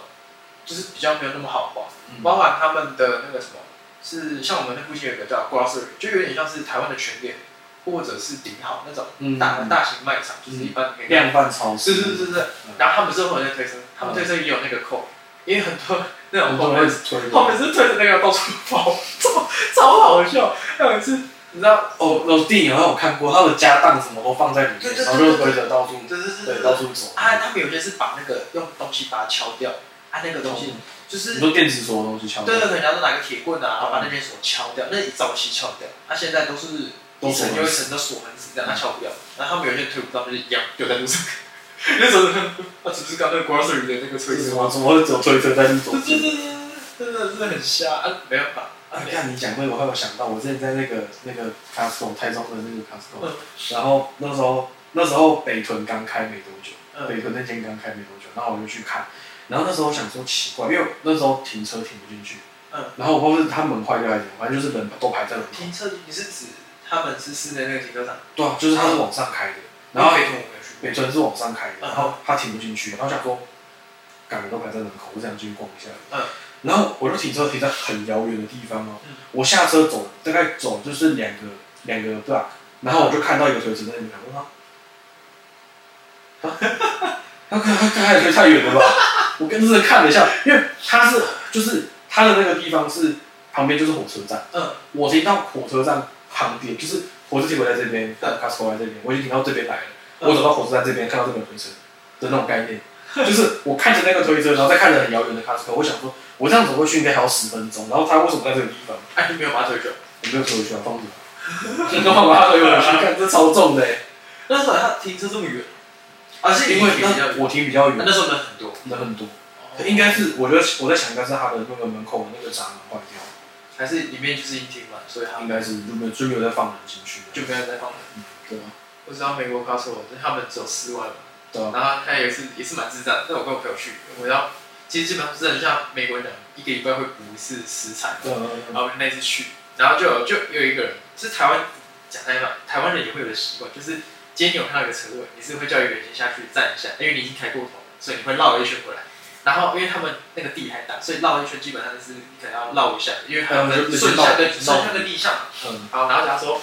S2: 就是比较没有那么好滑。
S3: 嗯
S2: 包含他们的那个什么，是像我们那附近有一个叫 grocery，就有点像是台湾的全联，或者是顶好那种
S3: 嗯
S2: 大、大型卖场，就是一般可以。
S3: 量贩超市，
S2: 嗯是是是是，然后他们是会有人在推车，他们推车也有那个扣，因为很多那
S3: 很
S2: 种后
S3: 多人
S2: 面
S3: 会推
S2: 后面是推着那个到处跑，超 超好笑。还有一次，你知道，
S3: 哦，那种电影好像我看过，他的家当什么都放在里面，然后就推着到处
S2: 就是
S3: 对到处走。
S2: 啊，他们有些是把那个用东西把它敲掉，啊，那个东西就是
S3: 你说电子锁的东西敲，
S2: 对对，对，然后拿个铁棍啊，然后把那件锁敲掉，那一早期敲掉，那、现在都是
S3: 都
S2: 一
S3: 锁
S2: 层
S3: 门
S2: 又一层的锁门子，这样它敲不掉，然后他们有些推不到，就是一样丢在路上。 那时候他啊只是刚那个 grocery 的那个推
S3: 是什
S2: 车，
S3: 么？怎么会只有推车在路走
S2: 这？这这真的是很瞎啊，没办法，
S3: 啊，看你讲这个，我还有想到，我之前在那个那个 Costco 台中的那个 Costco，、
S2: 嗯
S3: 然后那时候那时候北屯刚开没多久，
S2: 嗯
S3: 北屯那间刚开没多久，然后我就去看，然后那时候我想说奇怪，因为我那时候停车停不进去，
S2: 嗯，
S3: 然后我不知道是他门坏掉还是怎么，反正就是门都排在门口。
S2: 停车你是指他们是室内那个停车场？
S3: 对啊，就是它是往上开的，然后
S2: 北屯我没有去过。
S3: 北村是往上开的，
S2: 嗯
S3: 然后他停不进去，然后想说，赶人都排在门口，我想进去逛一下。
S2: 嗯。
S3: 然后我就停车停在很遥远的地方哦
S2: 嗯，
S3: 我下车走大概走就是两个两个 block，然后我就看到一个锤子在那边，我说， 他可他可还太远了吧？我跟着看了一下，因为他是就是他的那个地方是旁边就是火车站，
S2: 嗯，
S3: 我停到火车站旁边，就是火车铁轨在这边，但 Costco 在这边，我已经停到这边来了。我走到火车站这边，看到这边有推车的那种概念，就是我看着那个推车，然后再看着很遥远的 Costco，我想说，我这样走过去应该还要十分钟，然后他为什么在这个地方？
S2: 哎，你没有把它推走。
S3: 我没有推回去啊，放着，你干嘛把它推回去？看这超重的欸、
S2: 那时候他停车这么远，啊，是
S3: 因
S2: 因
S3: 为
S2: 为比较远。
S3: 那我停比较
S2: 那
S3: 远，
S2: 那时候人很多，
S3: 人很多，应该是我觉得我在想，应该是他的那个门口的那个闸门坏掉，
S2: 还是里面就是一厅嘛，所以他
S3: 应
S2: 们
S3: 该是就没有就没有再放人进去了，
S2: 就没有再放人。
S3: 对啊，
S2: 我知道美国 Costco 他们只有室外嘛，
S3: 对啊
S2: 然后他也是也是蛮智障，但我跟我朋友去，我要其实基本上是很像美国人讲，一个礼拜会补一次食材嘛，
S3: 对啊，
S2: 然后我们那次去，然后就有就有一个人是台湾讲台湾台湾人也会有的习惯，就是今天你有看到一个车位，你是会叫一个人先下去站一下，因为你已经开过头了，所以你会绕一圈回来。然后因为他们那个地太大，所以绕一圈基本上是你可能要绕一下，因为他
S3: 嗯
S2: 们
S3: 就
S2: 顺下跟
S3: 绕
S2: 顺下跟逆向嘛。
S3: 嗯，
S2: 好，然后他说，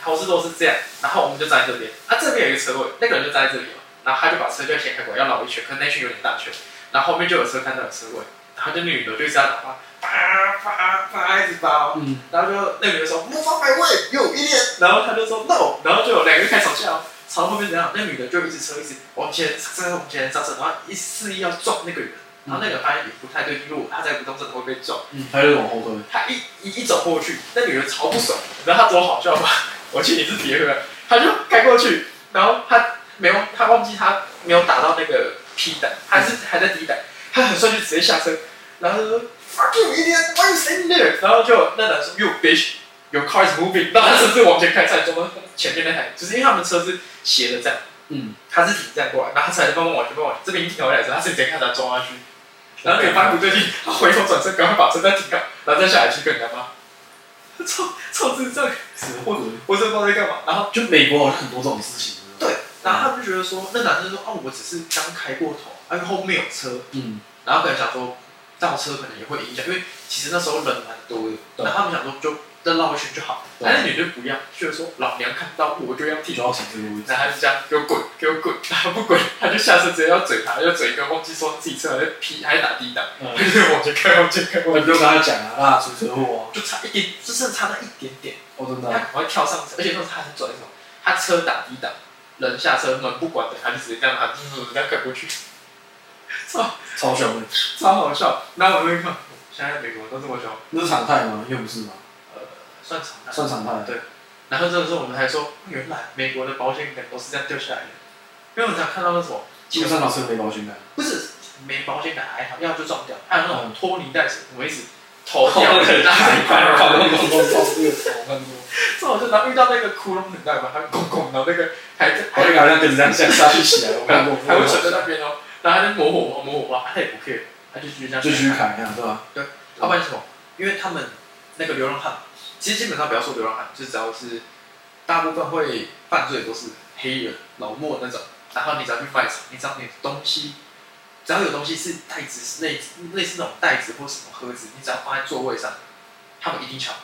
S2: 好事都是这样，然后我们就站在这边，啊，这边有一个车位，那个人就站在这里嘛，然后他就把车就先开过来，要绕一圈，可能那圈有点大圈，然后后面就有车看到有车位，然后就那女的就一直在打发，叭叭叭一直叭哦，
S3: 嗯，
S2: 然后就那女的说魔法百位有一点，然后他就说 no，然后就有两个人开始吵架哦，吵到后面怎样，那女的就一直车一直往前刹车往前刹车，然后一示意要撞那个人，然后那个人发现也不太对路，他在不动真的会被撞。
S3: 嗯，他就往后推，
S2: 他一一一走过去，那女人超不爽，你知道他多好笑吗？ 我去你是别人，他就开过去，然后他没有，他忘记他没有打到那个 P 档，还是还在 D 档，他很帅就直接下车，然后他说 Fuck you, idiot, why you standing there？然后就那男生 You bitch, your car is moving，然后他甚至往前开，才撞到前面那台，就是因为他们车是斜的这样，
S3: 嗯，
S2: 他是停这样过来，然后他才慢慢往前慢慢往前，这边一停回来的时候，他是直接看他撞下去。然后那个发不对劲，他回头转身，赶快把车再停好，然后再下来去跟人家骂，超超智障，我真的不知道在干嘛。然后
S3: 就美国好像很多这种事情，
S2: 对然后他们就觉得说，那男生说，哦，我只是刚开过头，哎，后面有车，
S3: 嗯，
S2: 然后可能想说倒车可能也会影响，因为其实那时候人蛮多的，
S3: 对
S2: 然后他们想说就再绕一圈就好，
S3: 对
S2: 但是女的不要，就是说老娘看到我就要
S3: 就
S2: 停。
S3: 要停这个位置
S2: 然，后他就这样给我滚，给我滚，他不滚，他就下车直接要嘴他，要嘴一个忘记说自己车还在 P 还在打 D 档，
S3: 嗯
S2: 他就往前开，往前开，
S3: 我
S2: 往
S3: 就跟他讲啊，那出车祸啊，
S2: 就差一点，就剩差那一点点，
S3: 哦，真的
S2: 他
S3: 啊。
S2: 赶快跳上车，而且那时候他很拽，那种他车打低档，人下车门不管的，他就直接这样他就是嗯这样赶过去， 超
S3: 超凶的，
S2: 超好笑。然后我们就看，现在美国人都这么凶，
S3: 那是常态吗？又不是吗？
S2: 呃，算常态。
S3: 算常态。
S2: 对然后这个时候我们才说，原来美国的保险杆都是这样掉下来的，因为我们常看到那什么，
S3: 基本上老是没保险的。
S2: 不是没保险杆还好，要就撞掉，还有那种
S3: 嗯
S2: 拖泥带水，我们一直头掉很大 一块，然后 这我就然后遇到那个窟窿很大嘛，它拱拱，然后那个还在
S3: 我
S2: 还
S3: 哦那个好像跟着这样下下去起来，我看过，
S2: 还会扯在那边哦，然后他就抹火花抹火花，他也不 care，他就继续这样。
S3: 就去砍一下，对吧？
S2: 要不然是什么？因为他们那个流浪汉，其实基本上不要说流浪汉，就只要是大部分会犯罪的都是黑人、老墨那种。然后你只要去卖场，你只要你的东西，只要有东西是袋子类类似那种袋子或什么盒子，你只要放在座位上，他们一定抢。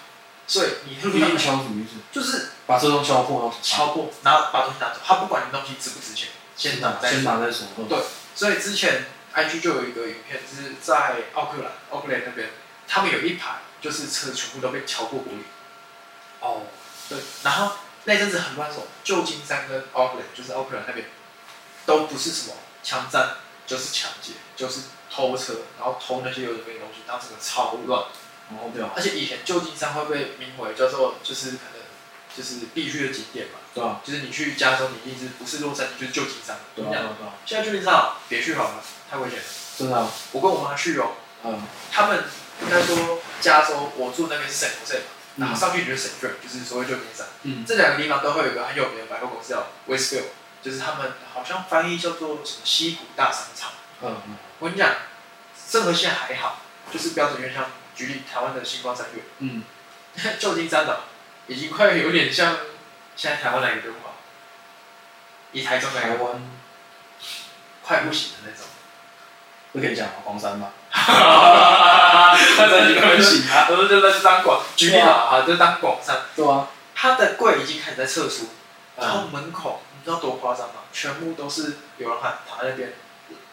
S2: 所以你
S3: 一定敲什么意思？
S2: 就是
S3: 把这东敲破，然后
S2: 敲破，然后把东西拿走，他不管你东西值不值钱，先拿再
S3: 先
S2: 说。
S3: 拿在手上。
S2: 所以之前 IG 就有一个影片，就是在奥克兰、奥克兰那边，他们有一排就是车全部都被敲过玻璃。
S3: 哦，
S2: 对，然后那阵子很乱走，旧金山跟奥克兰，就是奥克兰那边，都不是什么枪战，就是抢劫，就是偷车，然后偷那些有的没的东西，然后整个超乱。
S3: 然后掉，
S2: 而且以前旧金山会被名为叫做就是可能就是必去的景点嘛，
S3: 对吧？
S2: 就是你去加州，你一直不是洛杉矶就是旧金山，
S3: 对啊吧？
S2: 这
S3: 对
S2: 样
S3: 吧？
S2: 现在旧金山啊别去好了，太危险了。
S3: 真的，
S2: 我跟我妈去哦，
S3: 嗯，
S2: 他们应该说加州，我住那边是圣胡塞嘛，然后上去就是圣卷，就是所谓旧金山。
S3: 嗯，
S2: 这两个地方都会有一个很有名的百货公司叫 Westville，就是他们好像翻译叫做什么西谷大商场。
S3: 嗯，
S2: 我跟你讲，圣河现在还好，就是标准院像举例台湾的星光三月，
S3: 嗯，
S2: 旧金山岛已经快有点像现在台湾哪个文化，以台中来
S3: 台
S2: 个
S3: 湾
S2: 快不行的那种。
S3: 不可以讲吗？黄山 吧，
S2: 他
S3: 在那边洗
S2: 啊，都就那就当广，举例好啊，就当广上。
S3: 对啊，
S2: 他的柜已经开始在撤出，
S3: 嗯
S2: 然后门口你知道多夸张吗？全部都是流浪汉躺在那边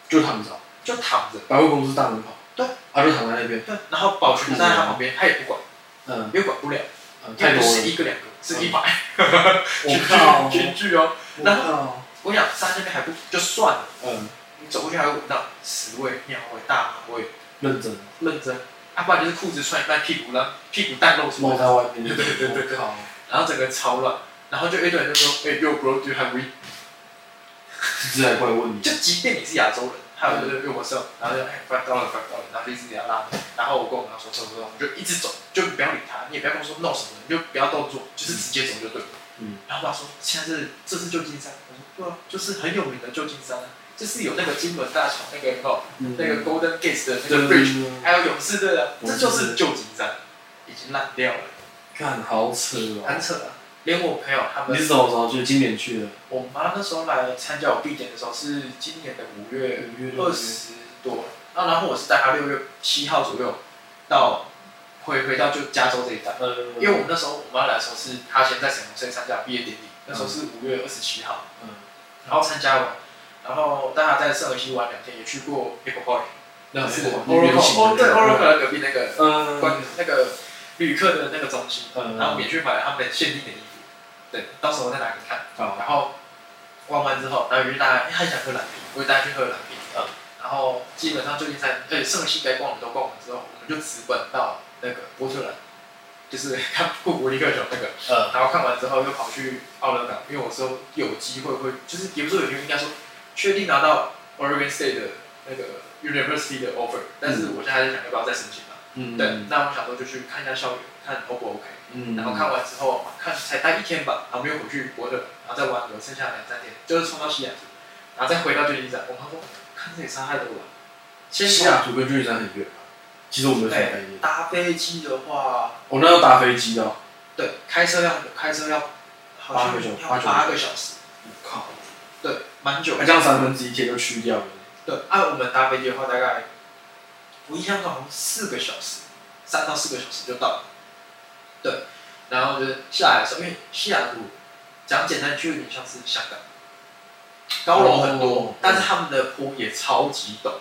S3: 就躺着，
S2: 就躺着，
S3: 百货公司大门口，
S2: 对，
S3: 啊就躺在那边，
S2: 对，然后保全站在他旁边，他也不管，
S3: 嗯，
S2: 也管不了，
S3: 呃
S2: 因为
S3: 太
S2: 不
S3: 多
S2: 是
S3: 了，
S2: 一个两个，是一百，
S3: 我 靠，
S2: 群聚哦。
S3: 我靠，
S2: 我想站那边还不就算了，
S3: 嗯，
S2: 你走过去还会闻到屎味、尿味、大麻味，
S3: 认真，
S2: 认真。啊，不然就是裤子穿一半，屁股呢，屁股蛋露出来
S3: 冒，在外面，
S2: 对对对对对
S3: 我靠，
S2: 然后整个超乱，然后就一堆人就说，哎、y o bro do you have weed？
S3: 这还怪问你，
S2: 就即便你是亚洲人，还有就是因为我是，然后就哎 five dollar five dollar，然后就一直给他拉，然后我跟我妈说走走走，我们就一直走，就不要理他，你也不要跟我说 no 什么的，你就不要动作，就是直接走就对了。
S3: 嗯，
S2: 然后我爸说现在是这是旧金山，我说对啊，就是很有名的旧金山啊，就是有那个金门大桥那个哦，
S3: 嗯
S2: 那个 Golden Gate 的那
S3: 对
S2: 个
S3: 对
S2: bridge，
S3: 对对
S2: 还有勇士队啊，
S3: 勇
S2: 这
S3: 士
S2: 就是旧金山，已经烂掉了，
S3: 看好扯
S2: 很
S3: 哦，
S2: 扯啊。连我朋友他
S3: 你
S2: 们
S3: 是，什么时候去今年去的？
S2: 我妈那时候来参加我毕业的时候是今年的五月。
S3: 五月六
S2: 二
S3: 月
S2: 十多，啊，然后我是大概六月七号左右到回回到就加州这一带，
S3: 呃，
S2: 因为我们那时候我妈来的时候是她先在沈龙山参加毕业典礼，那时候是五月二十七号，
S3: 嗯
S2: 然后参加完，然后大家在圣何西玩两天，也去过 Apple Park，
S3: 那
S2: 是
S3: 是
S2: Oracle，
S3: 你原型
S2: 哦对
S3: 的
S2: Oracle 隔壁那个关
S3: 嗯，
S2: 那个旅客的那个中心，
S3: 嗯
S2: 然后我们也去买了他们限定的衣服，对，到时候我再拿给你看。
S3: 好，
S2: 然后玩完之后，然后约大家，因为很想喝蓝瓶，我就带他去喝蓝瓶。
S3: 嗯
S2: 然后基本上旧金山，而且圣西该逛的都逛完之后，我们就直奔到那个波特兰，就是看库伯利克球那个。
S3: 呃，
S2: 然后看完之后又跑去奥勒冈，因为我说有机会会，就是也不是有机会，应该说确定拿到 Oregon State 的那个 University 的 offer，但是我现在还在想要不要再申请嘛。
S3: 嗯，
S2: 对，那我想说就去看一下校园，看 O 不 OK。
S3: 嗯，
S2: 然后看完之后，看才待一天吧，然后又回去博的，然后再玩个剩下两三天，就是冲到西雅图，然后再回到旧金山。我妈说，看这里伤害的我。其啊
S3: 西雅图跟旧金山很远嘛，其实我们有什么概念？
S2: 搭飞机的话，
S3: 我那要搭飞机的哦，
S2: 对，开车要开车要好
S3: 八
S2: 像
S3: 个小时
S2: 要八个小时，
S3: 靠，
S2: 对，蛮久
S3: 那
S2: 的。
S3: 这样三分之一天就去掉了，
S2: 对，按、我们搭飞机的话，大概我印象中好像四个小时，三到四个小时就到了。对，然后就是下来的时候，因为西雅图讲简单就有点像是香港，高楼很多，
S3: 哦
S2: 但是他们的坡也超级陡。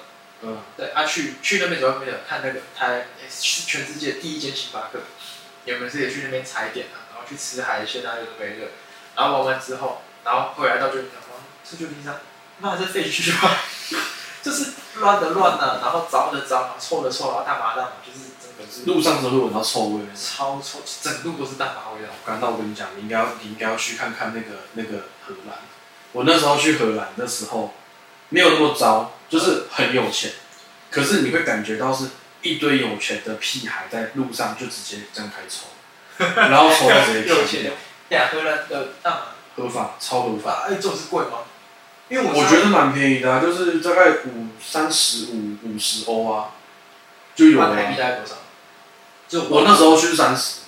S3: 嗯，
S2: 对，啊去去那边走，没有看那个台是全世界第一间星巴克，有没有也去那边踩点啊，然后去吃海鲜啊，有的没的，然后玩完之后，然后回来到旧金山，哇是旧金山，妈这废墟啊， 就是乱的乱啊，然后脏的脏，然后臭的臭，然后大麻大麻，就是整个是
S3: 路上都会闻到臭味。
S2: 超臭，整路都是大麻味道。
S3: 刚到我跟你讲，你应该要你应该要去看看那个那个荷兰。我那时候去荷兰的时候，没有那么糟，就是很有钱，可是你会感觉到是一堆有钱的屁孩在路上就直接这样开抽，然后抽到直接
S2: 有
S3: 停
S2: 钱
S3: 掉，
S2: 亚荷兰的大麻
S3: 合法超合法。
S2: 吧，哎，这种是贵吗？因为我
S3: 我
S2: 上
S3: 觉得蛮便宜的、啊，就是大概五三十五五十欧啊，就有
S2: 换
S3: 了、
S2: 台币大概多少？就
S3: 我那时候去三十，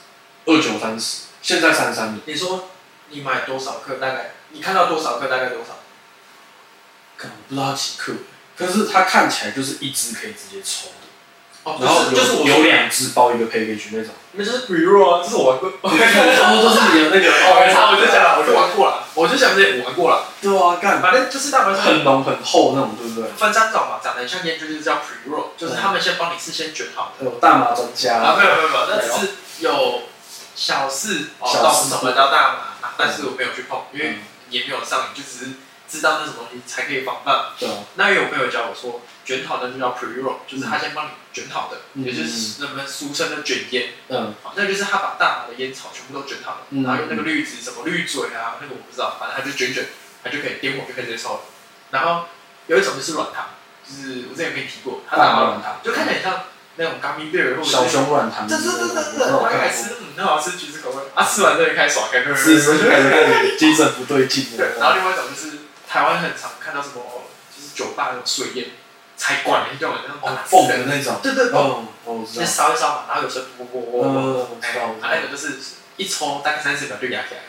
S3: 二九三十，现在三三零，
S2: 你说你买多少克？大概你看到多少克？大概多少？
S3: 可能不知道几克，可是它看起来就是一支可以直接抽的，
S2: 哦
S3: 然后有、
S2: 就是我
S3: 有，两只包一个 package 那种，
S2: 那就是 pre roll 啊，这是我 玩过。
S3: 哦，这是你的那个，
S2: 没差，我就讲了，我就
S3: 对
S2: 玩 过了，我就想这些我玩过了，
S3: 对啊，干
S2: 反正就是大部分
S3: 很浓很厚那种，对不对？
S2: 分三种嘛，长得很像烟就是叫 pre roll，就是他们先帮你事先卷好的。
S3: 有大麻专家
S2: 啊，没有没有没有，那只是有小事哦，
S3: 小
S2: 到
S3: 事
S2: 什么到大麻，
S3: 嗯
S2: 啊但是我没有去碰，因为也没有上瘾，就只是知道那什么东西才可以防范。
S3: 对啊，
S2: 那有朋友教我说，卷好的就叫 pre roll，就是他先帮你卷好的，
S3: 嗯
S2: 也就是人们俗称的卷烟，
S3: 嗯，
S2: 那就是他把大麻的烟草全部都卷好了，
S3: 嗯
S2: 然后用那个滤纸什么滤嘴啊，那个我不知道，反正他就卷卷，他就可以点火就可以直接抽了。然后有一种就是软糖，就是我之前跟你提过，它大麻软糖，就看起来很像那种 gummy bear 或者
S3: 嗯
S2: 是
S3: 小熊软糖，
S2: 这这这这
S3: 那
S2: 这，
S3: 种
S2: 他
S3: 看
S2: 开
S3: 过
S2: 始吃，嗯，很好吃，橘子口味，啊，吃完之后就开始耍开，
S3: 是是是，感觉开始精神不对劲
S2: 对
S3: 了，。哦
S2: 然后另外一种就是台湾很常看到什么，就是酒吧那种水烟，才管了一种那种
S3: 哦
S2: 打，
S3: 蹦
S2: 死
S3: 的
S2: 人的，
S3: 那种，
S2: 对对，
S3: 哦，哦我知
S2: 先
S3: 道，
S2: 烧一烧嘛，然后有时候啵啵啵啵啵，
S3: 呃，我知道，我知
S2: 哎他
S3: 道
S2: 那个就是一抽大概三十秒就压起来。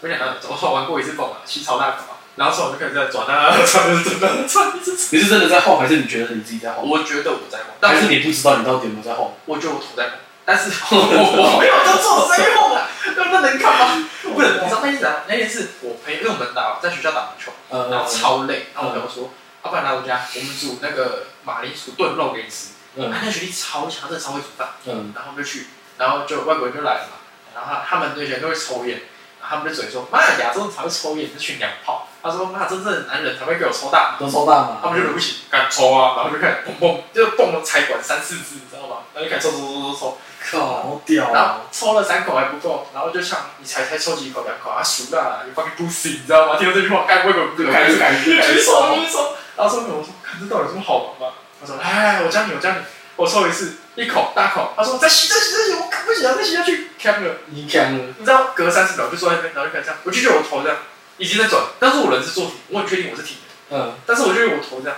S2: 我想到我玩过一次蹦啊，吸超大口啊，然后说我就开始在转啊 转啊转啊转，一直转。
S3: 你是真的在晃，还是你觉得你自己在晃？
S2: 我觉得我在蹦，但
S3: 还
S2: 是
S3: 是你不知道你到底有没有在晃？
S2: 我觉得我头在晃，但是我我没有在做声用啊，那那能看吗？不是，你知道那一次啊，那一次我朋友，因为我们打在学校打篮球，
S3: 呃，
S2: 然后超累，然后我朋友说，啊要不然来我家，我们煮那个马铃薯炖肉给你吃。啊
S3: 嗯
S2: 他那学弟超强，真的超会煮饭，
S3: 嗯，
S2: 然后我们就去，然后就外国人就来了嘛，然后他他们那些人都会抽烟，然后他们就嘴说，妈亚洲人才会抽烟，这群娘炮。他说，妈真正的男人才会给我抽大麻。
S3: 嗯都超大嘛，
S2: 他们就不行，敢抽啊，然后就开始蹦蹦，就是蹦了才管三四支，你知道吗？然后就开始抽抽抽抽抽，
S3: 靠，好屌
S2: 然后
S3: 哦，
S2: 抽了三口还不够，然后就像你才才抽几口两口啊，熟了啊，你放 b o o s 你知道吗？听到这句话，该不会不
S3: 感
S2: 开
S3: 觉
S2: 始
S3: 感
S2: 继
S3: 觉感
S2: 续
S3: 觉
S2: 抽继续抽，然后抽口我说，看这到底有这么好玩吗？他说，哎，我教你，我教你，我抽一次，一口大口，他说再吸再吸再吸，我不行了，啊再吸下去，看了，
S3: 你讲了，
S2: 你知道隔三十秒就坐在那边，然后就开始这样，我就觉得我头这样已经在转，但是我人是坐挺，我很确定我是挺的，
S3: 嗯，
S2: 但是我就觉得我头这样。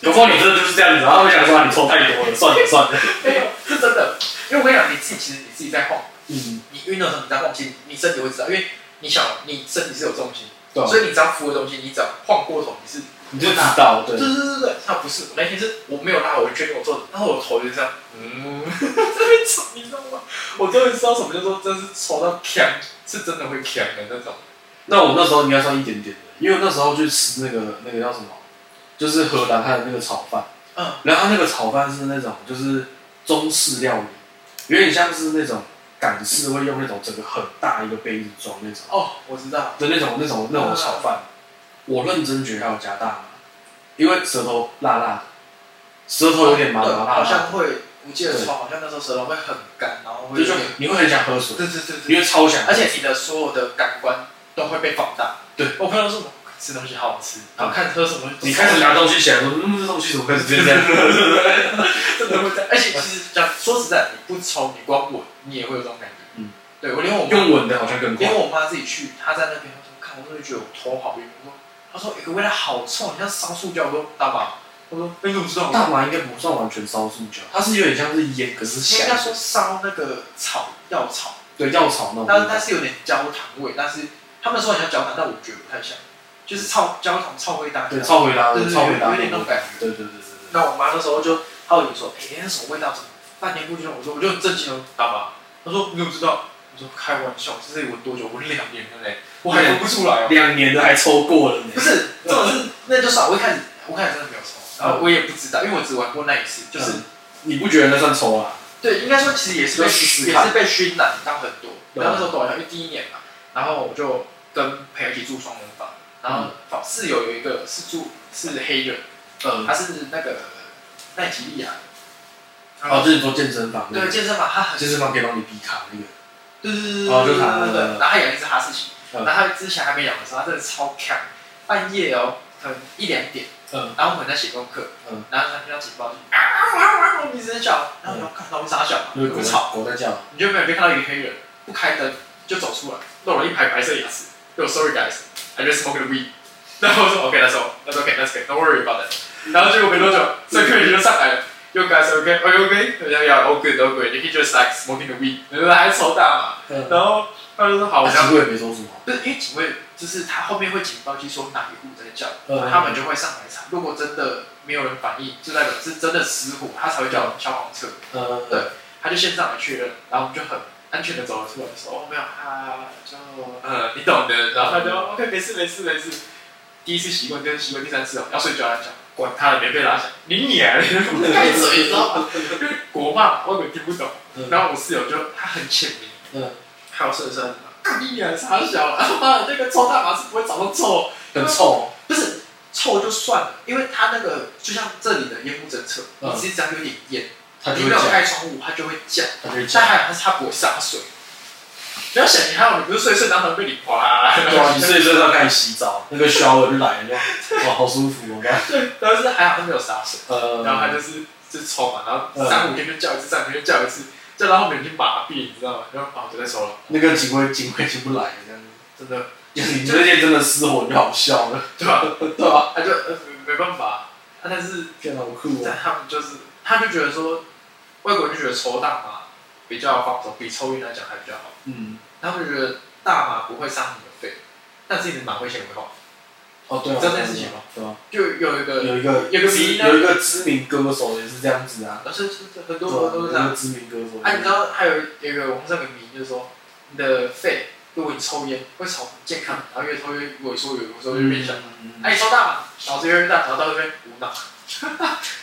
S3: 有时候你真的就是这样子，然后我想说啊你抽太多了，算了算了，
S2: 没有，是真的。因为我跟你讲，你自己其实你自己在晃，
S3: 嗯，
S2: 你晕的时候你在晃，其实你身体会知道，因为你想你身体是有重心，
S3: 对啊
S2: 所以你只要扶的东西，你只要晃过头，你是
S3: 你就知道，对
S2: 对，对对对对。那不是，我那天是我没有拉，我确定我做的，但是我头就这样，嗯， 在那边抽，你知道吗？我终于知道什么叫做真是抽到呛，是真的会呛的那种。
S3: 那我那时候应该算一点点的，因为我那时候去吃那个那个叫什么，就是荷兰它的那个炒饭，
S2: 嗯，
S3: 然后它那个炒饭是那种就是中式料理，有点像是那种港式会用那种整个很大一个杯子装那种
S2: 哦，我知道，
S3: 的那种那种那种炒饭，
S2: 嗯
S3: 我认真觉得它有加大麻，因为舌头辣辣的，舌头有点麻麻
S2: 对
S3: 辣
S2: 嗯好像
S3: 辣
S2: 会，我记得
S3: 对
S2: 抽好像那时候舌头会很干，然后
S3: 的，
S2: 会
S3: 就
S2: 有
S3: 就
S2: 点，
S3: 你会很想喝水，
S2: 对对对对。
S3: 你会超想喝
S2: 而
S3: 水，
S2: 且你的所有的感官都会被放大。
S3: 对，
S2: 我朋友说吃东西好好吃，然后看喝什么，
S3: 你开始拿东西起来说，嗯，这东西怎么开始变这样？
S2: 真的会这样。而且其实讲说实在，你不抽，你光闻，你也会有这种感觉。
S3: 嗯，
S2: 对我连我妈
S3: 用吻的好像更快
S2: 连。我妈自己去，她在那边她说看，我真的觉得我头好晕。我说，她说有个味道好臭，你像烧塑胶。我说大妈，我说那个我知道。
S3: 大麻应该不算完全烧塑胶，它是有点像是烟，可是
S2: 应该
S3: 香，
S2: 说烧那个草药草，
S3: 对药草那种
S2: 但
S3: 味
S2: 但
S3: 道。
S2: 是有点焦糖味，但是他们说很像焦糖，但我觉得不太像，就是超焦糖超味大。
S3: 对，超回答
S2: 对
S3: 的，
S2: 对
S3: 超回答的，
S2: 有点
S3: 对
S2: 那种
S3: 对
S2: 感觉。
S3: 对对对。
S2: 那我妈那时候就好奇说：“哎、那什么味道？怎么半年不去？”我说：“我就很震惊哦，爸爸。”她说：“你怎么知道？”我说：“开玩笑，这是闻多久？闻两年了嘞，我还闻不出来哦。
S3: 两年的还抽过了呢”
S2: 不，是，这种是那就是啊我一开始我一开始真的没有抽，然后我也不知道，因为我只玩过那一次，就是、
S3: 嗯你不觉得那算抽啊？
S2: 对，应该说其实也是被
S3: 就试试
S2: 也
S3: 看
S2: 是被熏染到很多。
S3: 对
S2: 然后那时候懂了，因为第一年嘛，然后我就跟朋友一起住双人房，然后房室友有一个是住是黑人，
S3: 嗯，
S2: 他是那个奈及利亚的，然后
S3: 哦，就是你说健身房那
S2: 对，
S3: 个，
S2: 健身房他很
S3: 健身房可以帮你比卡那个，
S2: 对对对
S3: 哦就
S2: 对
S3: 他
S2: 对对，然后他养一只哈士奇，
S3: 嗯
S2: 然后他之前还没养的时候，他真的超强，半夜哦，可能一两点，
S3: 嗯，
S2: 然后我们在写功课，
S3: 嗯
S2: 然后他听到警报就啊啊啊，一直在叫，然后我就看到我傻笑嘛，
S3: 那个
S2: 不
S3: 狗
S2: 吵，
S3: 在狗在叫，
S2: 你就没有被看到一个黑人不开灯就走出来，露了一排白色牙齿，就 Sorry guys, I just smoked weed，然 后我说 OK that's all, that's OK, that's OK, don't worry about that，然后 结果没多久，这个人就上来了。You guys okay? Are you okay? Yeah, yeah, all good, all good. He just like smoking the weed. 然后他还抽大麻，
S3: 嗯，
S2: 然后他就说好，我
S3: 啊
S2: 想
S3: 其实我也没说什么，
S2: 不是因为警卫，就是他后面会警报器说哪一户在叫，
S3: 嗯
S2: 他们就会上来查。如果真的没有人反应，就代表是真的失火，他才会叫消防车。
S3: 呃，
S2: 对他就先上来确认，然后我们就很安全的走了出来，说哦没有，他就呃你懂的，然后他就 OK 没事没事没事。第一次习惯，第二次习惯，第三次哦要睡觉了，讲管他了，没被拉响，你 娘的，开嘴你知道吗？ 因为国骂我根本听不懂，
S3: 嗯
S2: 然后我室友就他很浅明。
S3: 嗯，
S2: 还有深深，你眼傻小，妈的，那个抽大麻是不会长到臭，
S3: 很臭，
S2: 不是臭就算了，因为它那个就像这里的烟雾侦测，
S3: 嗯
S2: 你只要有点烟，
S3: 它
S2: 你
S3: 就
S2: 没
S3: 会
S2: 有
S3: 叫，
S2: 开窗户，它就会叫，
S3: 它就会叫
S2: 但，还有它是它不会洒水。不要想你还有你不是睡睡当当被你哗啦啦
S3: 对啊，你睡睡到开始洗澡，那个 shower 就来了，哇，好舒服哦，
S2: 对， 但是还好它没有洒水，
S3: 呃，
S2: 然后它就是就抽嘛，然后
S3: 嗯
S2: 三五天就叫一次，三五天就叫一次，叫到后面已经麻痹，你知道吗？然后啊，我就在抽了，
S3: 那个警卫警卫进不来这样子。
S2: 真的，
S3: 就是你这些真的失火就好笑了，
S2: 对吧？啊
S3: 对吧？
S2: 他就呃没办法，啊但是
S3: 天哪，好酷哦！
S2: 但他们就是，他就觉得说，外国人就觉得抽大麻比较放松，比抽烟来讲还比较好。
S3: 嗯，
S2: 他们觉得大麻不会伤你的肺，但是你的脑会显微化。
S3: 哦对啊，
S2: 你知道这件事情吗？
S3: 对啊，
S2: 就有一个，
S3: 有一个
S2: 有一个迷呢
S3: 有一个知名歌手也是这样子啊，
S2: 而是是很
S3: 对
S2: 多
S3: 啊，
S2: 很
S3: 有
S2: 多都
S3: 一
S2: 是这样。
S3: 个知名歌手。
S2: 啊，你知道还有有一个网上有个迷，就是说你的肺，如果你抽烟会超不健康，然后越抽越萎缩，萎缩越变小。
S3: 嗯
S2: 哎、你抽大麻，脑子越来越大，然后到这边无脑，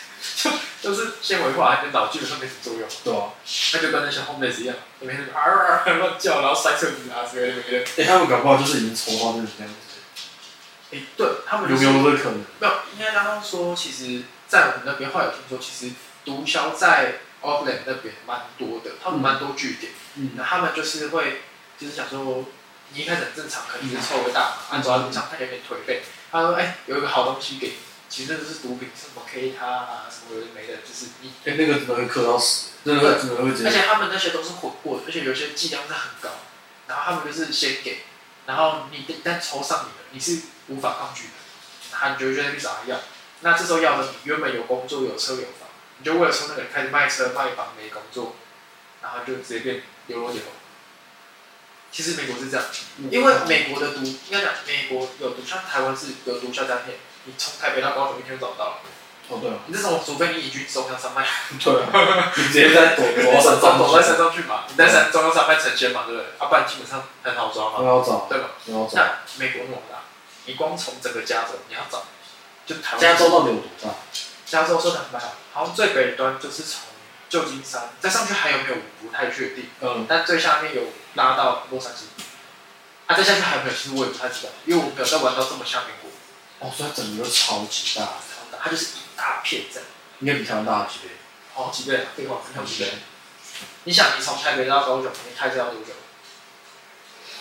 S2: 就就是纤维化，你的脑基本上没什么作用。
S3: 对啊，
S2: 那就跟那些 homeless 一样，每天啊啊啊乱叫，然后摔车子啊之类的。之类的
S3: 哎，他们搞不好就是已经筹划成这样子，
S2: 哎、对他们、
S3: 有
S2: 就是、
S3: 没有这个可能？
S2: 没有，应该刚刚说，其实，在我们那边后来有听说，其实毒枭在 Auckland 那边蛮多的，他们蛮多据点，
S3: 嗯
S2: 那、他们就是会，就是想说，你一开始很正常，可能只是抽个大麻，按照正常，他有点颓废，他说，哎、有一个好东西给你，其实那就是毒品，什么 K 他啊，什么有的没的，就是你，
S3: 哎，那个只能会磕到死，那个只能会直
S2: 而
S3: 接
S2: 且他们那些都是混过的，而且有些剂量是很高，然后他们就是先给，然后你一旦抽上你了，你是无法抗拒的，然后你就会在那边找他要。那这时候要的你原本有工作有车有房，你就为了抽那个开始卖车卖房没工作，然后就直接变流落街头。其实美国是这样，因为美国的毒应该讲美国有毒，像台湾是有毒下诈骗，你从台北到高雄一天就找不到了。
S3: 哦对啊，
S2: 你这种除非你已经中央山脉
S3: 对啊， 你直接在躲躲 到山上
S2: 走在山
S3: 去，
S2: 上去嘛，你在山中央山脉成仙嘛，对不对？啊，不然基本上很好抓
S3: 都
S2: 嘛，
S3: 要找，
S2: 对吧？
S3: 都要找。
S2: 那美国那么大，你光从整个加州，你要找，就台湾
S3: 加州到底有多大？
S2: 加州说坦白好，好像最北端就是从旧金山，再上去还有没有我不太确定，
S3: 嗯，
S2: 但最下面有拉到洛杉矶，啊，再下去还有没有？其实我也不太知道，因为我没有在玩到这么下面过，
S3: 哦，所以它整个都超级大，
S2: 超大，它就是一大片这样，
S3: 应该比台湾大几倍。
S2: 好几倍啊，废话，没有
S3: 哦
S2: 几倍。你想，你从台北到高雄，你开车要多久？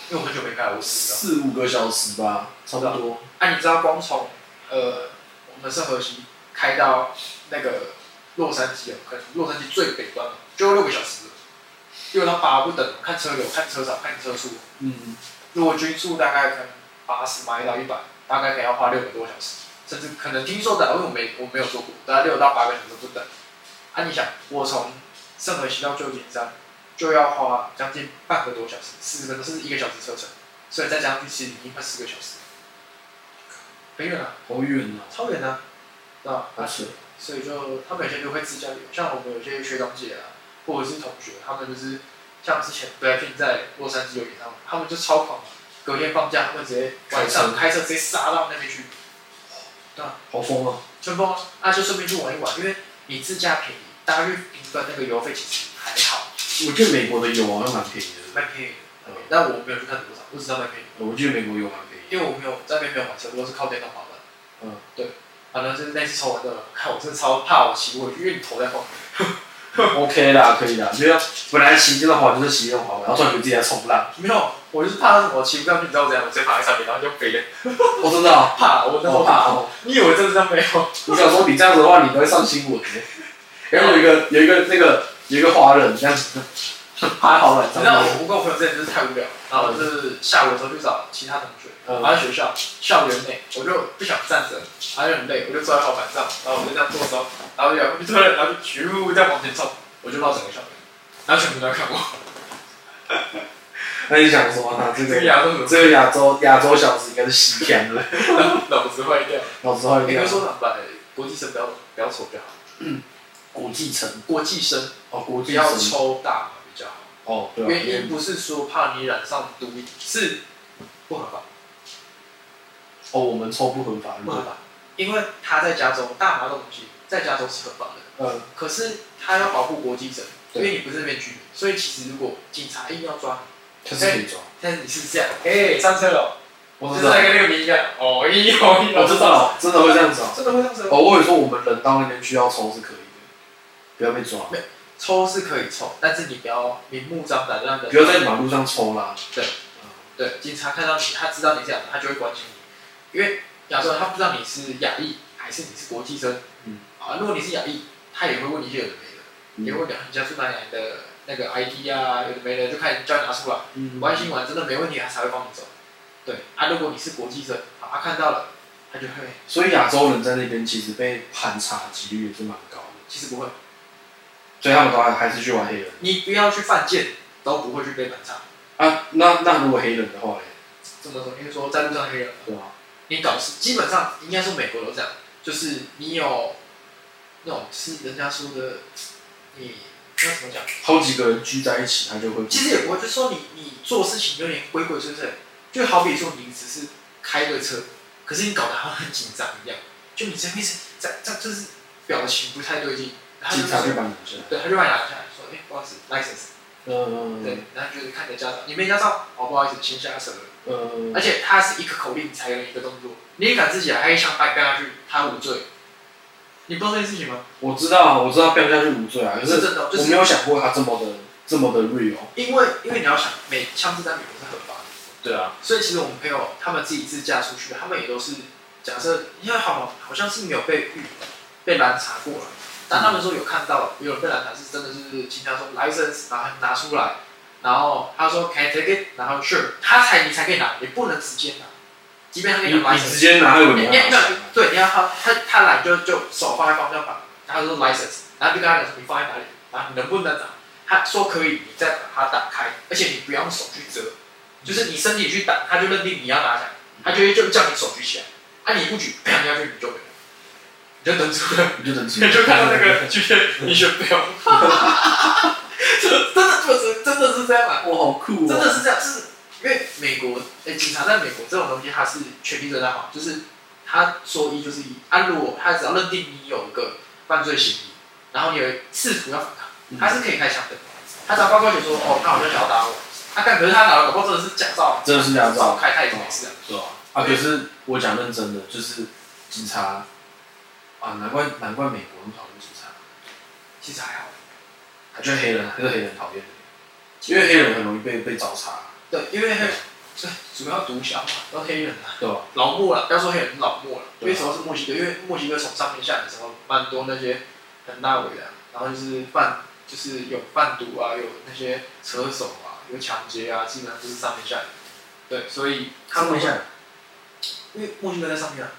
S2: 因为我很久没开了，我十
S3: 四五个小时吧，差不多。
S2: 啊，你知道光从呃我们圣河西开到那个洛杉矶哦，可能洛杉矶最北端哦就要六个小时，六到八不等，看车流、看车少、看车速。
S3: 嗯，
S2: 如果均速大概可能八十迈到一百，大概可能要花六个多小时，甚至可能听说的，因为我没我没有做过，大概六到八个小时不等。啊，你想，我从圣河西到旧金山就要花将近半个多小时，四十分钟甚至一个小时车程，所以再加上去，其实已经快四个小时了，很远啊，
S3: 好远啊，
S2: 超远啊，对吧？
S3: 好扯。
S2: 所以就他们有些就会自驾旅游，像我们有些学长姐啊，或者是同学，他们就是像之前 Blackpink 在洛杉矶有演唱会，他们就超狂，隔天放假他们直接晚上开车直接杀到那边去
S3: 好疯啊！
S2: 春风啊，就顺便去玩一玩，因为你自驾便宜，大约平端那个油费其实还好，
S3: 我记得美国的油好像蛮便宜的，
S2: 蛮便宜的。但我没有去看多少，我只知道蛮便宜，
S3: 我记得美国油蛮便宜的。
S2: 因为我没有在那边没有玩车，我都是靠电动滑板。
S3: 嗯，
S2: 对，反正就是那次抽完之后，看我真的超怕我骑过去，因为你头在晃。
S3: OK 啦，可以啦，就要本来骑这个滑就是骑这个滑，然后突然觉得自己在冲浪。
S2: 没有，我就是怕那什么骑不上去，你知道我怎样？我直接趴在上面，然后就飞了。
S3: 我真的啊，
S2: 怕，我那么
S3: 我
S2: 怕
S3: 怕
S2: 哦。
S3: 哦。
S2: 你以为真的没有？
S3: 你想说你这样子的话，你都会上新闻耶。然后有一个有一个那个有一个华人这样子，还好了，
S2: 你知道我我跟我朋友之前就是太无聊，然后就是下午的时候去找其他同学，然
S3: 嗯
S2: 后在学校校园内，我就不想站着，然后就很累，我就坐在滑板上，然后我就这样坐的时候，然后就然后就突然然后就咻在往前冲，我就绕整个校园，然后全部都在看我，
S3: 那你想说啊，这
S2: 这个
S3: 个
S2: 牙都怎么
S3: 这个亚洲亚洲小子应该是西天的，
S2: 脑子坏掉？
S3: 老子好
S2: 你
S3: 像
S2: 跟说坦白，国际生不要不要抽比较好，
S3: 国际城
S2: 国际生
S3: 哦，国
S2: 不
S3: 际
S2: 要
S3: 城
S2: 抽大麻比较好。
S3: 哦，对啊，
S2: 原
S3: 因
S2: 因
S3: 为
S2: 不是说怕你染上毒瘾，是不合法，
S3: 哦，我们抽不合法
S2: 不合
S3: 的，
S2: 法。因为他在加州，大麻这种东西在加州是合法的，
S3: 嗯，
S2: 可是他要保护国际者，因
S3: 对
S2: 为你不是那边居民，所以其实如果警察硬要抓你，
S3: 可是可以抓，
S2: 但是你是这样，哎、上车了，
S3: 我
S2: 就
S3: 知
S2: 是
S3: 道，
S2: 那个六名一样，哦，一哦一，
S3: 我知道，真的会这样子啊。
S2: 真的会上车。
S3: 哦，我有说我们人到那边去要抽是可以的，不要被抓，
S2: 抽是可以抽，但是你不要明目张胆让人
S3: 不要在马路上抽啦。
S2: 对
S3: 嗯，
S2: 对，警察看到你，他知道你是亚洲，他就会关心你，因为亚洲人他不知道你是亚裔还是你是国际生。
S3: 嗯，
S2: 啊，如果你是亚裔，他也会问你一些有的没的，也会问你你家住哪里来的那个 ID 啊，有的没的，就开始叫你拿出来，
S3: 嗯
S2: 关心完真的没问题，他才会放你走。对，啊，如果你是国际生，好，他看到了，他就会，
S3: 所以亚洲人在那边其实被盘查几率也是蛮高的，
S2: 其实不会，
S3: 所以他们都还还是去玩黑人
S2: 你不要去犯贱，都不会去被反查。
S3: 啊。那那如果黑人的话嘞，
S2: 这么说，因为说在路上黑人，
S3: 对啊吧？
S2: 你搞事，基本上应该说美国都这样，就是你有那种是人家说的，你那怎么讲？
S3: 好几个人聚在一起，他就会
S2: 其实也不会，就是说你你做事情有点鬼鬼祟祟，就好比说你只是开个车，可是你搞得好像很紧张一样，就你这边是在在就是表情不太对劲，然后他
S3: 警
S2: 就
S3: 察就
S2: 说
S3: 把你拦下来。
S2: 对，他就把你拦下来说，哎、不好意思，license，
S3: 嗯
S2: 对，然后就是看你的驾照，你没驾照，哦，不好意思，先下车了。
S3: 嗯
S2: 而且他是一个口令才有一个动作，你也敢自己来，他一枪把你干下去，他无罪。你不知道这件事情吗？
S3: 我知道，啊我知道飙下去无罪啊，可
S2: 是
S3: 是
S2: 真的，就
S3: 我
S2: 是
S3: 没有想过他这么的这么的 real。
S2: 因为因为你要想，美枪支在美国是合法的。
S1: 对啊，
S2: 所以其实我们朋友他们自己自驾出去，他们也都是假设，因为好好像是没有被遇被拦查过了，但他们说有看到有人被拦查，是真的是经常说 license，然后拿出来，然后他说 can I take it，然后 sure，他才你才可以拿，你不能直接拿，即便他给
S3: 你
S2: 你拿
S3: 你直
S2: license，
S3: 接拿他有
S2: 你
S3: 没
S2: 你
S3: 有？
S2: 没有对，你要他他他来就就手放在方向盘，他说 license，然后就跟他讲说你放在哪里，然后你能不能拿？他说可以，你再把它打开，而且你不要用手去折，就是你身体去打，他就认定你要拿起来，他就会就叫你手举起来，啊你不举，啪下去你就没了，你就等住了，
S3: 你就等着
S2: 你 就看到那个巨蟹你选不了， 真的就是真的是这样啊。
S3: 哇，好酷哦！
S2: 真的是这样，就是因为美国，哎、警察在美国这种东西，他是权力最大化，就是他说一就是一，啊，如果他只要认定你有一个犯罪嫌疑，然后你有试图要反抗，他是可以开枪的，他只要乖乖写说，哦，他好像想要打我，他、干，可是他打了，搞不好真的是驾照，
S3: 真的是这样子
S2: 照
S3: 啊，
S2: 开他也没事啊，
S1: 对啊，
S3: 啊可是我讲认真的，就是警察啊，难怪难怪美国那么讨厌警察，
S2: 其实还好，
S3: 啊就是黑人，还是黑人讨厌因为黑人很容易被被找茬，
S2: 对，因为黑，这主要毒枭嘛，都黑人啊，
S3: 对吧？
S2: 老莫了，不要说黑人老莫了，因
S3: 对啊
S2: 为主要是墨西哥，因为墨西哥从上面下来的时候，蛮多那些很大尾的啊，然后就是贩，就是有贩毒啊，有那些车手啊，有抢劫啊，基本上就是上面下来的。对，所以他们，
S3: 下，
S2: 因为墨西哥在上面啊，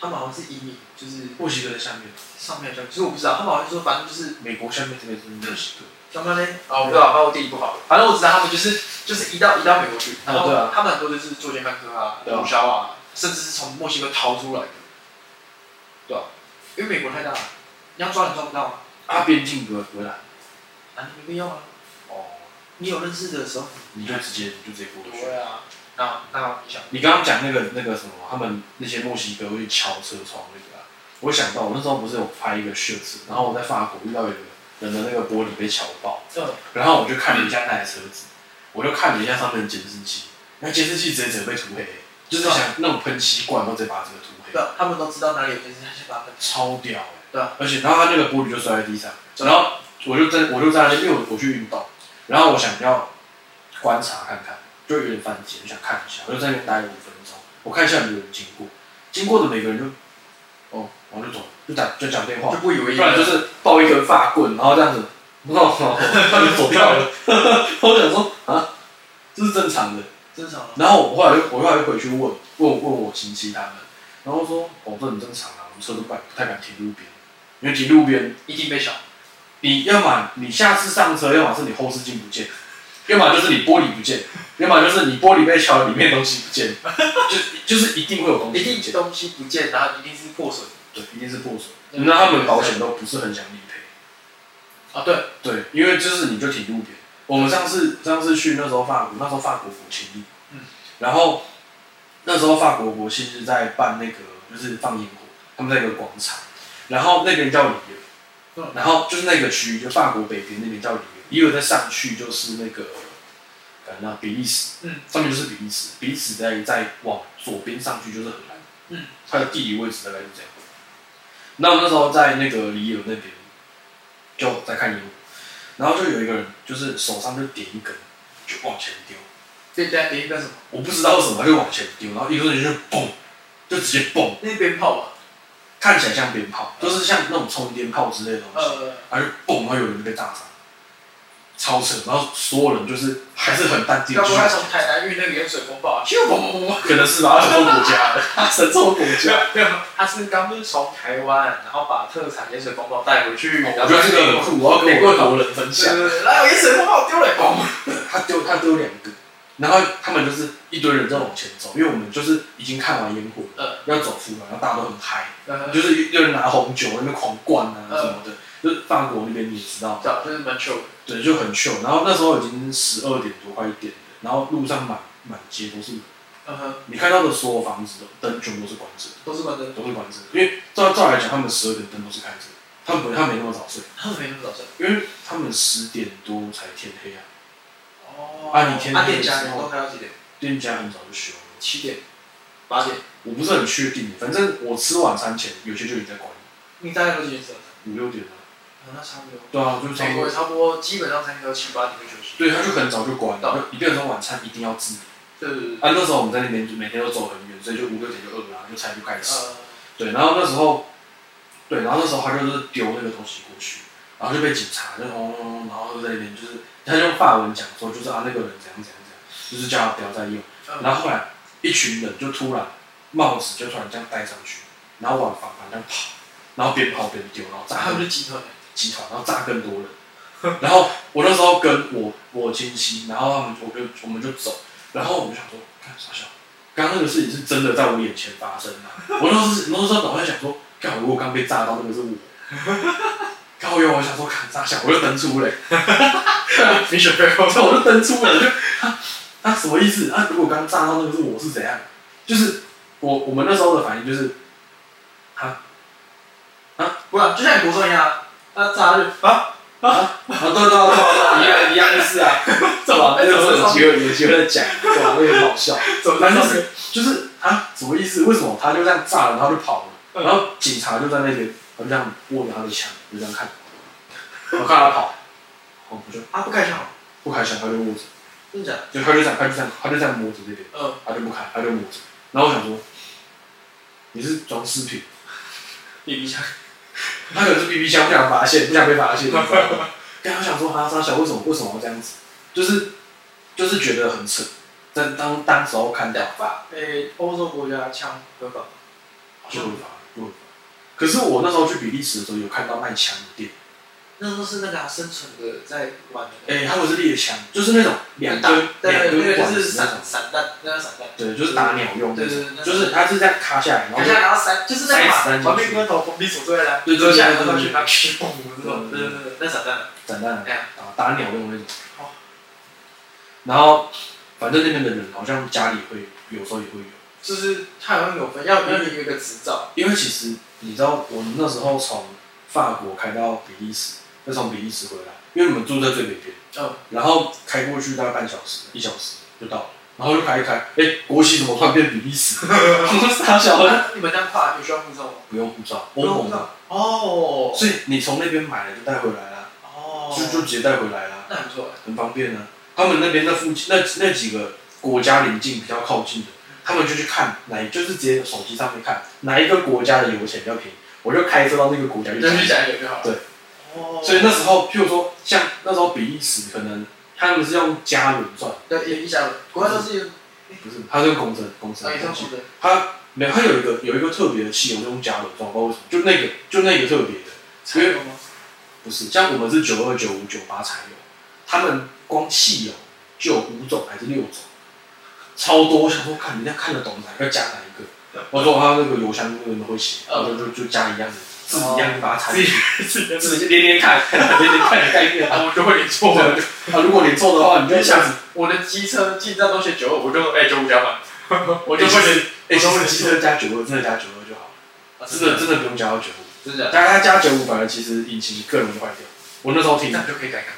S2: 他们好像是移民，就是
S3: 墨西哥在下面，
S2: 上面叫，其实我不知道，他们好像说反正就是
S3: 美国下面这个是墨西哥，
S2: 他们呢，啊，我不知道，反正我地理不好，反正我只知道他们就是就是移到移到美国去，然后
S3: 对啊
S2: 他们很多就是作奸犯科啊、毒
S3: 对啊
S2: 枭啊，甚至是从墨西哥逃出来的，对啊，因为美国太大了，你要抓你抓不到啊，
S3: 啊边境隔隔栏，
S2: 啊，你没必要啊，
S3: 哦，
S2: 你有认识的时候，
S3: 你就直接你就直接过去。
S2: 对啊，那那你想，
S3: 你刚刚讲那个那个什么，他们那些墨西哥会去敲车窗那个、啊，我想到我那时候不是有拍一个 shirts，然后我在法国遇到有个人的那个玻璃被敲爆，
S2: 嗯，
S3: 然后我就看了一下那台车子，我就看了一下上面的监视器，那监视器直接整个被涂黑，就是想那种喷漆罐，然后直接把它整个涂黑
S2: 对，啊，他们都知道哪里有件事，他先把它分开，
S3: 超屌、欸，
S2: 对啊，
S3: 而且然后他那个玻璃就摔在地上，然后我就在我就在那边，因为我我去运动，然后我想要观察看看，就有点犯贱，就想看一下，我就在那边待了五分钟，我看一下有没有人经过，经过的每个人就，哦，然后就走了，就打就讲电话
S2: 就，哦不以为意
S3: 不，然就是抱一根发棍，然后这样子，然后他就走掉了， 我想说啊，这是正常的，
S2: 正常啊，
S3: 然后我后来就我后来就回去问问问我亲戚他们，然后说哦这很正常啊，我们车都不敢不太敢停路边，因为停路边
S2: 一定被小，
S3: 你要么你下次上车，要么是你后视镜不见， 要么就是你玻璃不见， 要么就是你玻璃被敲里面东西不见， 就就是一定会有东
S2: 一
S3: 西不
S2: 定
S3: 见，
S2: 东西不见，然后一定是破损，
S3: 对，一定是破损。那他们保险都不是很想理赔。
S2: 啊，对，
S3: 对，因为就是你就停路边。我们上次上次去那时候法国，那时候法国国庆日，
S2: 嗯，
S3: 然后那时候法国国庆日在办那个就是放烟火，他们在一个广场，然后那边叫里约
S2: 嗯，
S3: 然后就是那个区域就法国北边那边叫里约，里约再上去就是那个感觉比利时，
S2: 嗯，
S3: 上面就是比利时，比利时再再往左边上去就是荷兰，
S2: 嗯，
S3: 它的地理位置大概是这样。那我们那时候在那个里约那边就在看烟火。然后就有一个人，就是手上就点一根，就往前丢，
S2: 对对，等于干什么？
S3: 我不知道为什么他就往前丢，然后一个人就嘣，就直接嘣，
S2: 那鞭炮啊吧，
S3: 看起来像鞭炮，就是像那种冲天炮之类的东西，
S2: 呃，
S3: 他就嘣，然后有人就被炸伤，超扯，然后所有人就是还是很淡定，
S2: 要
S3: 就
S2: 不
S3: 是
S2: 他从台南运那个盐水风暴啊，咻嘣嘣嘣
S3: 可能是吧，他神州国家，他神州国家，
S2: 嘣，没有，他是刚不是从台湾，然后把特产盐水风暴带回去，
S3: 哦我
S2: 然后
S3: 觉得这个很酷，我要跟我的哦国人分
S2: 对
S3: 享。
S2: 对对，然后盐水风暴丢了，嘣，
S3: 他丢他丢两个，然后他们就是一堆人在往前走，因为我们就是已经看完烟火，
S2: 嗯，
S3: 要走出来，然后大家都很嗨，
S2: 呃，
S3: 就是一堆人拿红酒在那边狂灌啊
S2: 嗯
S3: 什么的，就是法国那边你也知道，
S2: 早就是蛮糗的，
S3: 对，就很秀。然后那时候已经十二点多快一点了，然后路上满满街都是人，
S2: 嗯哼，
S3: 你看到的所有房子的灯全部都是关着
S2: 都是关灯
S3: 的，，都是关着的，因为照照来讲，他们十二点灯都是开着的，他们不他们没那么早睡，
S2: 他们没那么早睡。
S3: 因为他们十点多才天黑啊，
S2: 哦
S3: 啊你天天
S2: 啊店
S3: 的
S2: 家
S3: 时
S2: 你
S3: 候
S2: 都开到几点？
S3: 店家很早就休了。
S2: 七点、八点。
S3: 我不是很确定，反正我吃晚餐前有些就已经在关了，
S2: 你大概都几点吃晚餐？
S3: 五六点了。
S2: 啊，那差不多。
S3: 对啊，就是差
S2: 美
S3: 不
S2: 国也
S3: 多。
S2: 差不多，基本上餐厅都七八点就休息。
S3: 对，啊他就很早就关
S2: 到
S3: 了，就一定说晚餐一定要自理。
S2: 对对对对。
S3: 啊，那时候我们在那边就每天都走很远，所以就五六点就饿了啊，就才就开始吃。
S2: 呃，
S3: 对，然后那时候，对，然后那时候他就是丢那个东西过去，然后就被警察就轰轰轰，然后就在那边就是他就用法文讲说，就是啊那个人怎样怎样怎样，就是叫他不要再用。
S2: 嗯
S3: 然后后来一群人就突然帽子就突然这样戴上去，然后往反方向跑，然后边跑边丢，然后
S2: 他
S3: 炸
S2: 们就集 团。
S3: 集团，然后炸更多人。 然后我那时候跟我我亲戚，然后他们我就我们就走，然后我们想说，看傻笑，刚刚那个事情是真的在我眼前发生的、 我那时候那时候脑袋想说，看如果刚被炸到那个是我， 然后我想说看傻笑，我就登出了、
S2: 你选背后
S3: 我说我就登出了，就 啊啊什么意思？啊如果刚炸到那个是我是怎样？就是我我们那时候的反应就是，
S2: 不然就像你国中一样啊，那炸就啊，
S3: 啊对对对对，一样一样的事啊，
S2: 怎么
S3: 那
S2: 哎
S3: 个
S2: 怎
S3: 时候
S2: 么
S3: 有机会有机会再讲， 对吧？那个很好笑。
S2: 怎么
S3: 反
S2: 在
S3: 正
S2: 那
S3: 就是就是啊，什么意思？为什么他就这样炸了，然后就跑了？
S2: 嗯
S3: 然后警察就在那边，他就这样握着他的枪，就这样看，我看他跑，哦我不就
S2: 啊不开枪，
S3: 不开枪，他就握着，
S2: 真的假的？
S3: 就他就这样，他就这样，他就这样摸着这边，
S2: 嗯，
S3: 他就不开，他就摸着。然后我想说，你是装饰品，
S2: 你鼻枪，
S3: 他可能是 BB 枪，不想发现，不想被发现，你 知道吗？但我想说，哈，沙小为什么为什么要这样子？就是就是觉得很扯，但当当时候看到。
S2: 法诶，呃欧洲国家枪合法，
S3: 就会发，就会发。可是我那时候去比利时的时候，有看到卖枪的店，
S2: 那时候是那个啊生存的在玩的，
S3: 哎、他们是猎枪，就是那种两根
S2: 对
S3: 两
S2: 对，那
S3: 根
S2: 个
S3: 管
S2: 就是
S3: 子那种
S2: 散，散弹，那个散弹。
S3: 对，就是打鸟用那
S2: 对
S3: 种，
S2: 对对，
S3: 就是它是这样卡下来，然
S2: 等
S3: 后
S2: 一
S3: 就
S2: 下，然后三就是那个
S3: 塞三
S2: 嘛，
S3: 进去
S2: 旁边跟头封闭锁对来，
S3: 对对对
S2: 下来然
S3: 对
S2: 后
S3: 对嗯
S2: 去拿去嘣这种，
S3: 对对
S2: 对对
S3: 对
S2: 对，那散弹，
S3: 散弹
S2: 哎呀
S3: 打打鸟用那种
S2: 哦。
S3: 然后反正那边的人好像家里会有时候也会有，
S2: 就是它好像有分，
S3: 嗯
S2: 要要你有一个执照，
S3: 因为其实你知道，我们那时候从法国开到比利时，再从比利时回来，因为我们住在最北边，
S2: 嗯，
S3: 然后开过去大概半小时、一小时就到了，然后就开一开，哎，国旗怎么突然变比利 时？傻小了，
S2: 啊那你们这样跨有需要护照吗？
S3: 不用护照，
S2: 不用
S3: 欧
S2: 护
S3: 盟
S2: 照
S3: 的，
S2: 哦
S3: 所以你从那边买了就带回来啦，
S2: 哦，
S3: 就就直接带回来啦，
S2: 那很不错哎，
S3: 很方便啊。他们那边那附近那那几个国家邻近比较靠近的，他们就去看哪，就是直接手机上面看哪一个国家的油钱比较便宜，我就开车到那个国家去
S2: 那去
S3: 讲。
S2: 讲一个就好了。
S3: 对，
S2: 哦，
S3: 所以那时候，譬如说像那时候比利时，可能他们是用加仑赚，
S2: 哦对也一下，国外都是用，呃
S3: 不是，他是用公升公升
S2: 那也算
S3: 算
S2: 是
S3: 钱。
S2: 的，
S3: 他没有，他有一个有一个特别的汽油是用加仑赚，不知道为什么，就那个就那个特别的。
S2: 才有吗？
S3: 不是，像我们是九二、九五、九八柴油，他们光汽油就有五种还是六种，超多。我想说，看人家看得懂哪个加哪一个。我说啊他那个油箱那个会写，
S2: 嗯
S3: 我就就就加一样的，字一样的把它拆
S2: 自 己
S3: 进去，
S2: 自己的
S3: 自己连连看， 连连看的概念啊。
S2: 啊，我就会给错了。
S3: 啊，如果你错的话，你就一下子，
S2: 我的机车进站都写九二，我就哎九五加满，我
S3: 我
S2: 就会
S3: 是，哎，
S2: 我就
S3: 我
S2: 会
S3: 们汽车加九二，真的加九二就好了，
S2: 啊
S3: 真的真的不用加到九五。
S2: 真的假的，
S3: 但是它加九五反而其实引擎更容易坏掉。我那时候听
S2: 这，样就可以改改。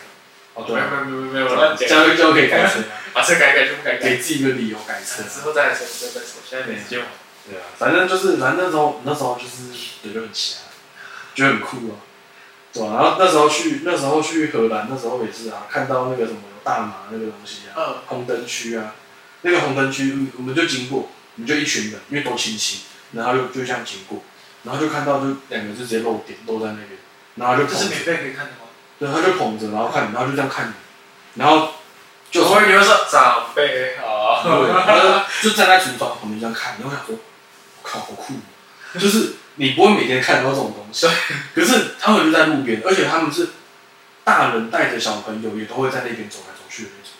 S3: 哦
S2: 没
S3: 对
S2: 有
S3: 啊，
S2: 没有没有没有
S3: 这
S2: 我乱讲，
S3: 样就可以改车，
S2: 把车改改全部改改，
S3: 给自己一个理由改车。
S2: 之后再来重新再说，现在没时间玩。
S3: 对啊，反正就是，反正那时候那时候就是对就很瞎，觉得很酷啊，对吧、然后那时候去那时候去荷兰，那时候也是啊，看到那个什么大麻那个东西啊，
S2: 嗯，
S3: 红灯区啊，那个红灯区嗯我们就经过，我们就一群人，因为都亲戚，然后就就这样经过，然后就看到就两个就直接露点露在那边，然后就
S2: 这
S3: 捧
S2: 是
S3: 着
S2: 免，费可以看的吗？
S3: 对，他就捧着，然后看你，然后就这样看你，然后就
S2: 我以为说长辈好，
S3: 对，然后就站在橱窗旁边这样看，你会想说，我靠，好酷哦！就是你不会每天看到这种东西，可是他们就在路边，而且他们是大人带着小朋友也都会在那边走来走去的那种，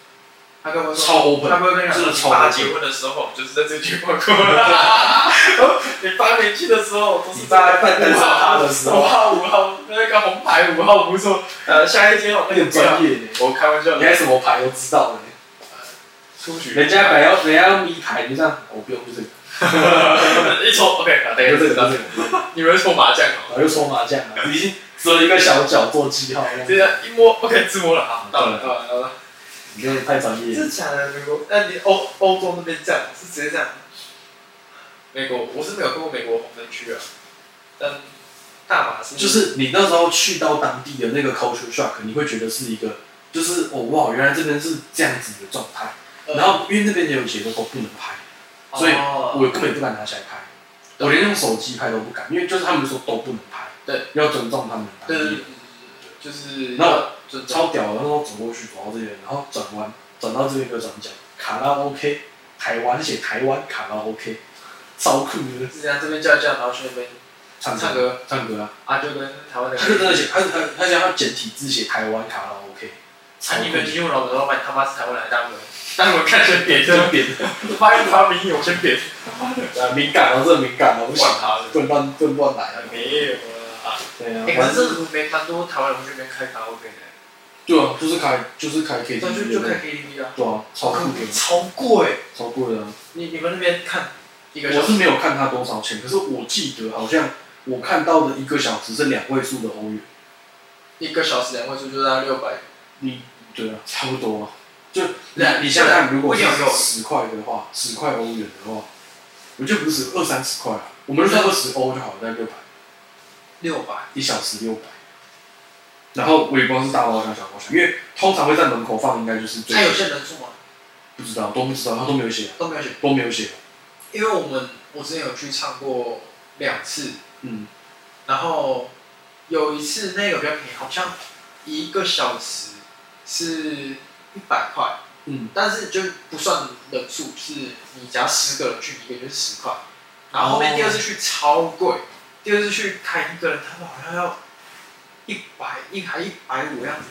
S2: 他跟我说，
S3: 超 open，
S2: 他会跟你
S3: 真
S2: 说，
S3: 的
S2: 你
S3: 超
S2: 爸
S3: open
S2: 结。婚的时候就是在这句话过了，你爸没去的时候都是
S3: 你爸在办单
S2: 五
S3: 身趴
S2: 号
S3: 的时候
S2: 五号五号那个红牌五号不错，呃，下一间我
S3: 有点专业呢，
S2: 我开玩笑
S3: 你，还什么牌都知道呢。
S2: 出局，
S3: 人家本来要人家要咪牌，你就这样，哦我不用就这个，
S2: 一 抽 OK，啊，等一
S3: 就
S2: 下
S3: 哎这
S2: 知
S3: 个，
S2: 道
S3: 就这，个，
S2: 你们抽麻将哦，
S3: 我就搓麻将啊，已经折一个小角做记号，
S2: 这
S3: 这样，
S2: 样一摸 OK 自摸了，好，到了到了到了，
S3: 你真的太专业了
S2: 真。的假的？美国？那你欧欧洲那边这样是直接这样？美国我是没有看过美国红灯区啊，但大马是
S3: 就是你那时候去到当地的那个 culture shock，你会觉得是一个，就是哦哇，原来这边是这样子的状态。
S2: 呃
S3: 然后因为那边也有写说哦不能拍，所以
S2: 哦
S3: 我根本不敢拿起来拍，我连用手机拍都不敢，因为就是他们说都不能拍，
S2: 对，
S3: 要尊重他们的
S2: 对
S3: 当
S2: 对
S3: 地
S2: 对，就是
S3: 嗯然后
S2: 就
S3: 超屌的，然后走过去走到这边，然后转弯转到这边一个转角，卡拉 OK，台湾写台湾卡拉 OK，超酷的，
S2: 是这样，这边叫一叫，然后去那边
S3: 唱
S2: 唱
S3: 歌
S2: 歌
S3: 唱歌啊，
S2: 啊，就跟台湾 的
S3: 他就真的写，他他他想要简体字写台湾卡拉 OK，超
S2: 啊，你
S3: 酷
S2: 们。英文老板老板他妈是台湾来的，当然当我看先 扁，就
S3: 真扁，
S2: 发现他名义我先扁，
S3: 啊，敏感哦，这敏感哦，不行，
S2: 管他的，
S3: 不能乱不能乱来啊。
S2: 没有啊。
S3: 对啊
S2: 哎，，可是这个没蛮多台湾人会去那边开卡拉 OK 的，
S3: 对啊，就是开就是开
S2: 那就
S3: KTV，对
S2: 就
S3: 不
S2: 开
S3: 对
S2: KTV 啊。
S3: 对啊，超酷的，
S2: 超贵、
S3: 超贵的啊。
S2: 你你们那边看一个小
S3: 我
S2: 时
S3: 是没有看它多少钱，可是我记得好像我看到的一个小时是两位数的欧元。
S2: 一个小时两位数就在六百，
S3: 你对啊，差不多啊。就你
S2: 对
S3: 你想想，如果
S2: 不一
S3: 是
S2: 定有肉
S3: 十块的话，十块欧元的话，我就不是二三十块啊，我们就算二十欧就好了，大概六百，
S2: 六百
S3: 一小时六百。然后我也不知道是大包小小包小，因为通常会在门口放，应该就是最
S2: 他有限人数吗？
S3: 不知道都不知道，他都没有写，
S2: 都没有写，
S3: 都没有写。
S2: 因为我们我之前有去唱过两次，
S3: 嗯，
S2: 然后有一次那个比较便宜，好像一个小时是一百块，
S3: 嗯，
S2: 但是就不算人数，就是你只要十个人去，一个就是十块。然后后面
S3: 哦
S2: 第二次去超贵，第二次去看一个人，他们好像要一百一还一百五样子，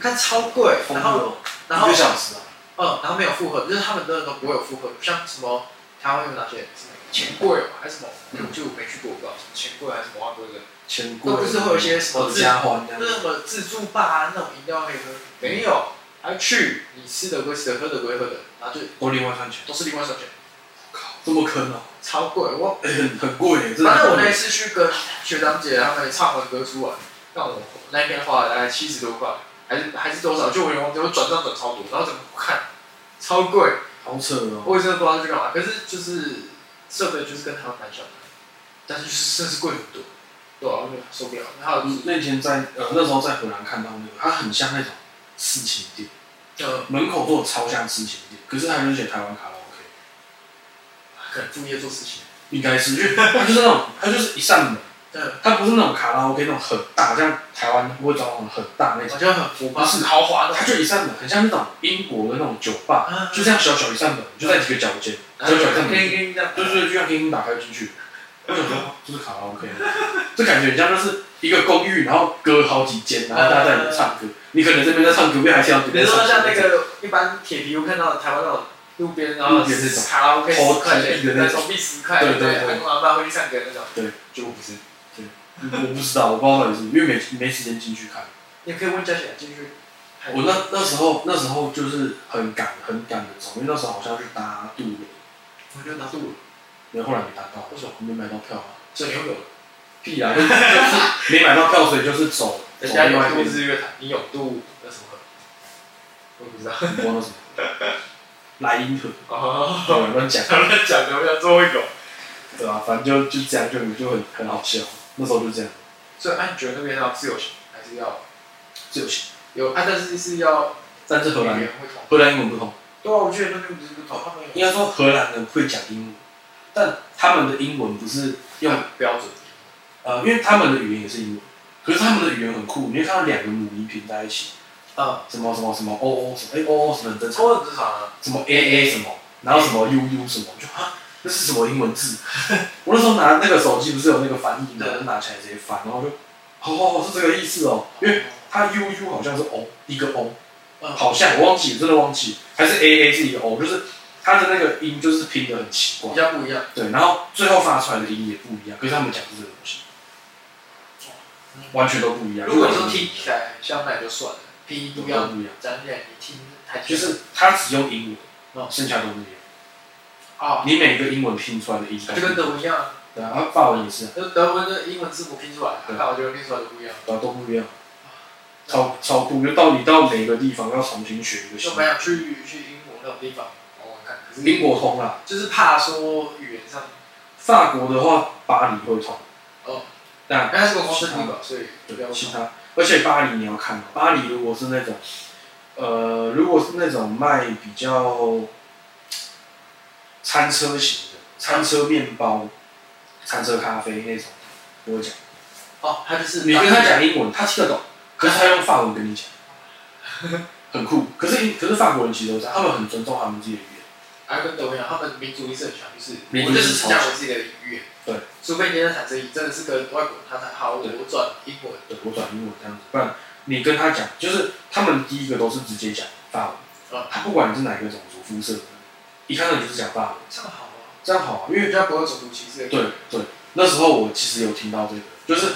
S2: 看超贵。然后然后
S3: 一个小时啊，
S2: 嗯，然后没有复合，就是他们真的都不会有复合，像什么台湾有哪些什么钱柜嘛，还是什么，
S3: 嗯
S2: 就没去过，我不知道什么钱柜还是什么忘记了。
S3: 钱
S2: 都不是会有一些什么
S3: 合家欢这样
S2: 那
S3: 子
S2: 什么自助吧、啊、那种饮料可以喝，没有，还去你吃的归吃的，喝的归喝的，然后就
S3: 都另外算钱，
S2: 都是另外算钱，
S3: 靠，这么坑啊，
S2: 超贵。我
S3: 哎很很贵耶，真的
S2: 反正我
S3: 很
S2: 那
S3: 贵。
S2: 一次去跟学长姐他们唱完歌出来，那我那一天花了大概七十多块，还是还是多少，就我有点忘记，我转账转超多，然后怎么看，超贵，
S3: 好扯哦，
S2: 我也真的不知道去干嘛。可是就是设备就是跟台湾蛮像的，但是就是真的是贵很多，对啊，我受不了。还有就是，
S3: 那天在呃那时候在荷兰看到那个，它很像那种刺青店，
S2: 呃，
S3: 门口都有超像刺青店，可是它有写台湾卡拉 OK，
S2: 可能注意做事情，
S3: 应该是，因 为它就是那种它就是一扇门，
S2: 嗯。
S3: 它不是那种卡拉 OK 那种很大，像台湾会装那种很大那种，
S2: 我觉得很浮夸，
S3: 不是
S2: 豪华
S3: 它就一扇门，很像那种英国的那种酒吧，
S2: 啊
S3: 就这样小小一扇门，就在几个角尖，
S2: 然
S3: 小
S2: 后
S3: 小一扇门。
S2: 跟跟这样，
S3: 对对，就像天空打开进去，我想
S2: 嗯
S3: 说哦就是卡拉 OK，这啊感觉很像就是一个公寓，然后隔好几间，然后大家在里面唱歌，你可能这边在唱，隔壁还是要
S2: 比如说像那个一般铁皮屋看到的台湾那种路边，然后
S3: 路边那种哦
S2: 卡拉 OK
S3: 投
S2: 十块
S3: 投币的
S2: 钱，
S3: 那
S2: 再
S3: 种
S2: 投币十块，
S3: 对
S2: 不
S3: 对对
S2: 阿公阿爸会去唱歌那种，
S3: 对，
S2: 就不是。
S3: 我不知道，我不知道到底是什么因为没没时间进去看。
S2: 你可以问嘉雪进去，
S3: 我那那时候那时候就是很赶很赶的走，因为那时候好像是搭渡轮，
S2: 我就拿住，
S3: 然后后来没搭到，为什么没买到票啊？
S2: 所以你有有，
S3: 屁啊，就是就是没买到票，所以就是走 走
S2: 人家
S3: 另
S2: 有
S3: 外一
S2: 度
S3: 边，
S2: 日月潭，你有度那什么？我不 知道。
S3: 我忘了什么，莱茵河，
S2: 哦，
S3: 对乱讲。
S2: 他们讲的我想最后一个。
S3: 对啊，反正就就这样，就就很很好笑。那时候就这样，
S2: 所以，哎，你觉得那边要自由行还是要
S3: 自由行。
S2: 有？啊，但是是要
S3: 但是
S2: 语
S3: 荷兰，
S2: 言会同。
S3: 荷兰英文不同，
S2: 对啊，我觉得那边不是不同，他们
S3: 应该说荷兰人会讲英文，但他们的英文不是用
S2: 用标准。
S3: 呃，因为他们的语言也是英文，可是他们的语言很酷，你会看到两个母音拼在一起，
S2: 嗯，
S3: 什么什么什么 O O 什么，哎 O O 什么很正常，
S4: 超很正常啊。
S3: 什么 A A 什么，然后什么 U U 什么，我就啊，这是什么英文字？ 我那时候拿那个手机不是有那个翻译嘛，
S4: 对
S3: 就拿起来直接翻，然后就，哦，是这个意思哦，因为它 U U 好像是 O 一个 O，
S2: 哦
S4: 嗯
S3: 好像我忘记，真的忘记，还是 A A 是一个 O，就是它的那个音就是拼的很奇怪
S2: 比，较不一样。
S3: 对，然后最后发出来的音也不一样，可是他们讲是这个东西，完全都不一样。
S2: 如果说
S3: 就
S2: 听起来很像，那也就算了。拼音
S3: 都
S2: 不
S3: 不
S2: 要
S3: 一样，
S2: 讲起来，你听还
S3: 就是它只用英文，
S2: 嗯
S3: 剩下都不一样。
S2: 啊，
S3: 你每个英文拼出来的音都不一样
S2: 就跟德文一样，
S3: 对啊，啊法文也是啊，
S2: 德德文的英文字母拼出来，
S3: 对
S2: 那我觉得拼出来就不一样。
S3: 对啊，都不一样，超超酷。就到你到每个地方要重新学一个
S2: 就
S3: 新
S2: 蛮
S3: 的，
S2: 想去去英国那种地方玩玩哦看，可
S3: 英
S2: 是
S3: 国通啦，
S2: 就是怕说语言上，
S3: 法国的话巴黎会通，
S2: 哦，
S3: 但
S2: 因为它是观光胜地嘛，所以比较
S3: 对其他，而且巴黎你要看哦，巴黎如果是那种，呃，如果是那种卖比较餐车型的，餐车面包、餐车咖啡那种，我讲，
S2: 哦，它就是
S3: 你跟他讲英文，他听得懂，可是他用法文跟你讲，很酷。可是可是法国人其实都这样，他们很尊重他们自己的语言。
S2: 还跟德文一哦样，他们民族意识很强，就是
S3: 民族
S2: 我
S3: 意
S2: 就
S3: 识
S2: 是
S3: 超
S2: 只
S3: 强
S2: 讲我自己的语言，
S3: 对，
S2: 除非你在产生你真的是跟外国人，他才好，我
S3: 对
S2: 转英文，
S3: 对我转英文这样子，不然你跟他讲，就是他们第一个都是直接讲法文
S2: 嗯，
S3: 他不管你是哪个种族肤色的，一看到你就是讲法文，
S2: 这样好啊，
S3: 这样好啊，因
S2: 因
S3: 为
S2: 为比较不会有种族歧视的，
S3: 对对，那时候我其实有听到这个，就是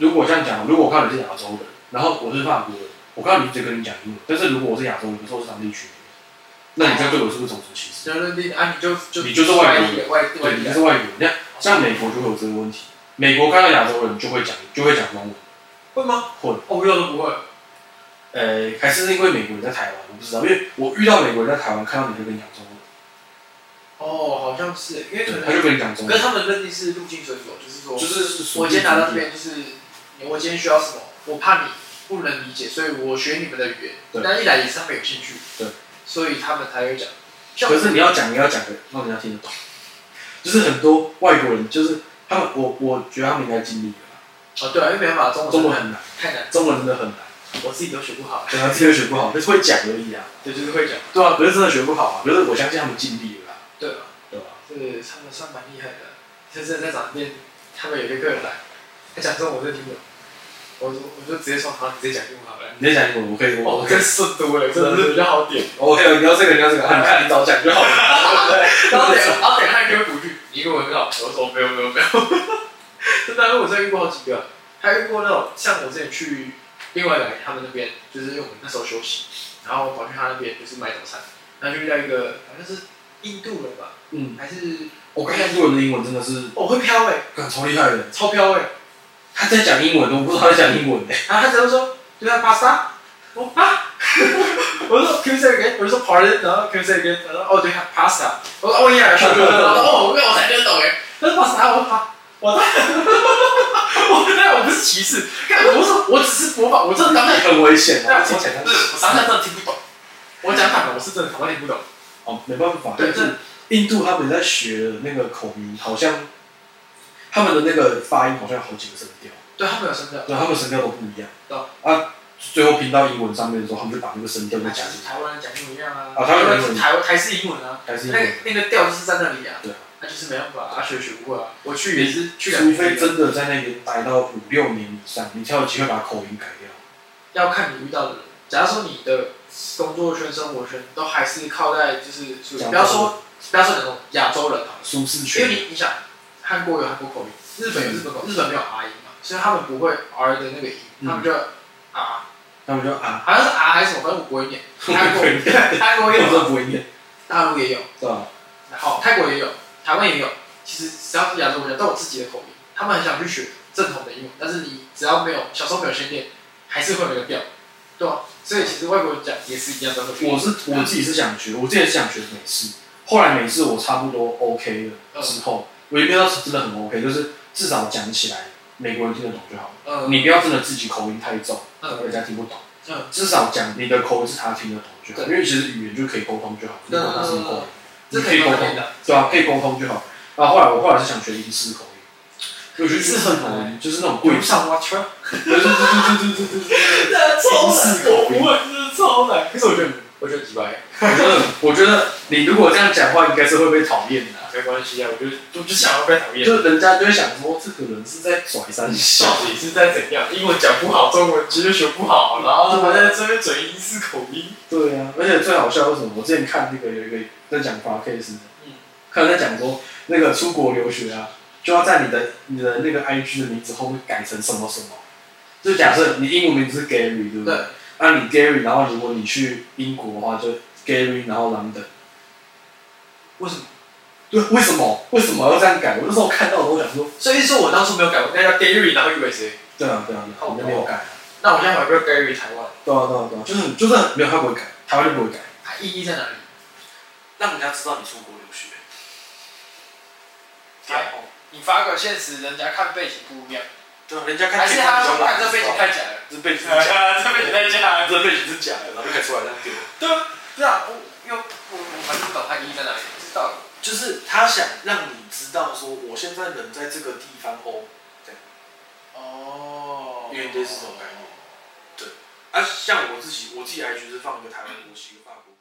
S3: 如果这样讲，如果我看你是亚洲人，然后我是法国人，我看到你直接跟你讲英文，但是如果我是亚洲人，可是我是当地居民，那你这样对我是不是种族歧视？
S2: 就认定啊，你就就
S3: 你就是外国人
S2: 地的外外
S3: 对，
S2: 地
S3: 你
S2: 的
S3: 是外国人，像像美国就会有这个问题，美国看到亚洲人就会讲就会讲中文，
S2: 会吗？
S3: 会
S2: 哦，我遇到都不会，
S3: 呃，还是因为美国人在台湾，我不知道，因为我遇到美国人在台湾看到你就跟你讲中文，
S2: 哦，好像是，因为可
S3: 对，
S2: 能
S3: 他就跟你讲中
S2: 跟
S3: 文，
S2: 他们认定是入境随所，就是说，
S3: 就是
S2: 我今天拿到这边就是，我今天需要什么，我怕你不能理解，所以我学你们的语言。
S3: 对
S2: 但一来也是他们有兴趣，
S3: 对，
S2: 所以他们才会讲。像
S3: 可是你要讲，你要讲的让人家听得懂。就是很多外国人，就是他们，我我觉得他们应该尽力了
S2: 啊，对啊，因为没办法，
S3: 啦。中文
S2: 中文真的
S3: 很难，
S2: 太难，
S3: 中文真的很难，
S2: 我自己都学不好。
S3: 可能自己学不好，就是会讲而已啊。
S2: 对，就是会讲。
S3: 对啊，可是真的学不好啊。可是我相信他们尽力了啦，
S2: 对啊，
S3: 对吧、
S2: 对，他们算蛮厉害的。就是在场边，他们有一个客人来，他讲中文我就听不懂，我说我就直接说好，你直接讲英文好了。
S3: 你在讲英文，我可以，我
S2: 哦
S3: 我，可以
S2: 这，顺多了，真的是比较好 点。
S3: 我可以，你要这个，你要这个，啊你看你早讲就好了。
S2: 然后等，然后等他给我补句，你英文很好。我说没有没有没有，真的，因为我真的遇过好几个，还遇过那种像我之前去另外两个他们那边，就是因为我们那时候休息，然后跑去他那边就是买早餐，然后就遇到一个好像是印度人吧，
S3: 嗯，
S2: 还是
S3: 我看印度人的英文真的是，
S2: 哦会飘哎、
S3: 干超厉害的。
S2: 超飘哎、
S3: 他在讲英文，我不知道他在讲英文欸
S2: 然后他只能说就在巴萨，我啊， 我就说 can you say again，我就说 pardon，然后 can you say again，然后哦对，pasta，我说哦 yeah，是的，然后哦没有我才听得懂哎，他说 pasta，我哈，我哈，我那我不是歧视，看我说我只是模仿，我真的当面，
S3: 很危险
S2: 但
S3: 啊。
S2: 我
S3: 听
S2: 讲
S3: 起来像
S2: 真的，我当下真的听不懂，我讲反了，我是真的我也听不懂，
S3: 哦，没办法，
S2: 对
S3: 就是印度他们在学那个口音，好像他们的那个发音好像有好几个声调，
S2: 对他们有声调，
S3: 对，他们声调都不一样
S2: 对。
S3: 啊，最后拼到英文上面的时候，他们就把那个声调
S2: 就
S3: 再加进
S2: 是台
S3: 去，
S2: 湾人讲英文一样啊，
S3: 啊他们有英文
S2: 台湾台式英文啊，
S3: 还是英
S2: 那个
S3: 文。
S2: 那个调就是在那里啊，
S3: 对啊，
S2: 那就是没办法，啊学学不会啊，我去也是去两
S3: 除
S2: 年
S3: 非真的在那边待到五六年以上，你才有机会把口音改掉。
S2: 要看你遇到的人。假如说你的工作圈、生活圈都还是靠在就是属于，
S3: 讲
S2: 不要说不要说那种亚洲人好了，
S3: 舒适
S2: 因
S3: 圈，
S2: 为你你想，韩国有韩国口音，日本有日本口音，日本没有 R 音嘛，所以他们不会 R 的那个音，
S3: 嗯
S2: 他们就 R，
S3: 他们就啊，
S2: 好像是 R 还是什么，反正我不会念。韩
S3: 我
S2: 国
S3: 不会念
S2: 韩国
S3: 我
S2: 也
S3: 真
S2: 有，
S3: 的不会念，
S2: 大陆也有，
S3: 对吧？
S2: 然后泰国也有，台湾也有。其实只要是亚洲国家都有自己的口音，他们很想去学正统的英文，但是你只要没有小时候没有训练，还是会有那个调，对吧、所以其实外国人讲也是一样的会
S3: 我是我自己是想学，我之前是想学美式，后来美式我差不多 OK
S2: 呃
S3: 了之后，我也没有到真的很 OK，就是至少讲起来美国人听得懂就好了。
S2: 嗯，
S3: 你不要真的自己口音太重，
S2: 嗯
S3: 让人家听不懂。
S2: 嗯
S3: 至少讲你的口音是他听得懂就好，因为其实语言就可以沟通就好，不
S2: 对
S3: 管他什么口音，
S2: 这
S3: 你
S2: 可
S3: 可
S2: 以
S3: 以沟
S2: 沟
S3: 通
S2: 通的。
S3: 对啊，可以沟通就好。然后后来我后来是想学英式口音，我觉得是很难，就是那种贵族，
S2: 上挖圈，
S3: 对对对对对对对对。
S2: 那超
S3: 是
S2: 难，
S3: 狗
S2: 我不会，真的超难。可是我觉得，我觉得几百，
S3: 我觉得，我觉得你如果这样讲话，应该是会被讨厌的啊、
S2: 没关系啊，我就我就想要被讨厌。
S3: 就人家就会想说，这个人是在拽三小。
S2: 到底是在怎样？英文讲不好，中文其实学不好，然后还在这边嘴英式口音。
S3: 对啊，而且最好笑的是什么？我之前看那个有一个在讲 p o d c a s
S2: 嗯
S3: 看他在讲说那个出国留学啊，就要在你的你的那个 IG 的名字后面改成什么什么。就假设你英文名字是 Gary，对不对？
S2: 对
S3: 那、你 Gary，然后如果你去英国的话，就 Gary，然后 London。
S2: 为什么？
S3: 对，为什么为什么要这样改？我那时候看到我都想说，
S2: 所以说我当初没有改，我那叫 Gary，然后 USA。
S3: 对啊对啊，对啊我们没有改啊。
S2: 那我现在还不叫 Gary 台湾，
S3: 对啊对啊对啊，就是就算没有他不会改，台湾就不会改。
S2: 它意义在哪里？
S1: 让人家知道你出国留学。哦
S2: 哎你发个现实，人家看背景不一样，
S1: 对，啊人家
S2: 还是他说看这背景
S1: 看
S2: 太假了，
S1: 这背景是假的，
S2: 这背景太假了。
S1: 这背景是假的，然后开出来这样丢。
S2: 对啊，对啊，我又我我反正不懂它意义在哪里，不知道了。
S1: 就是他想让你知道说，我现在人在这个地方哦。
S2: 哦
S1: 因为这是这种概念。啊，像我自己，我自己 IG 是放一个台湾国旗、法国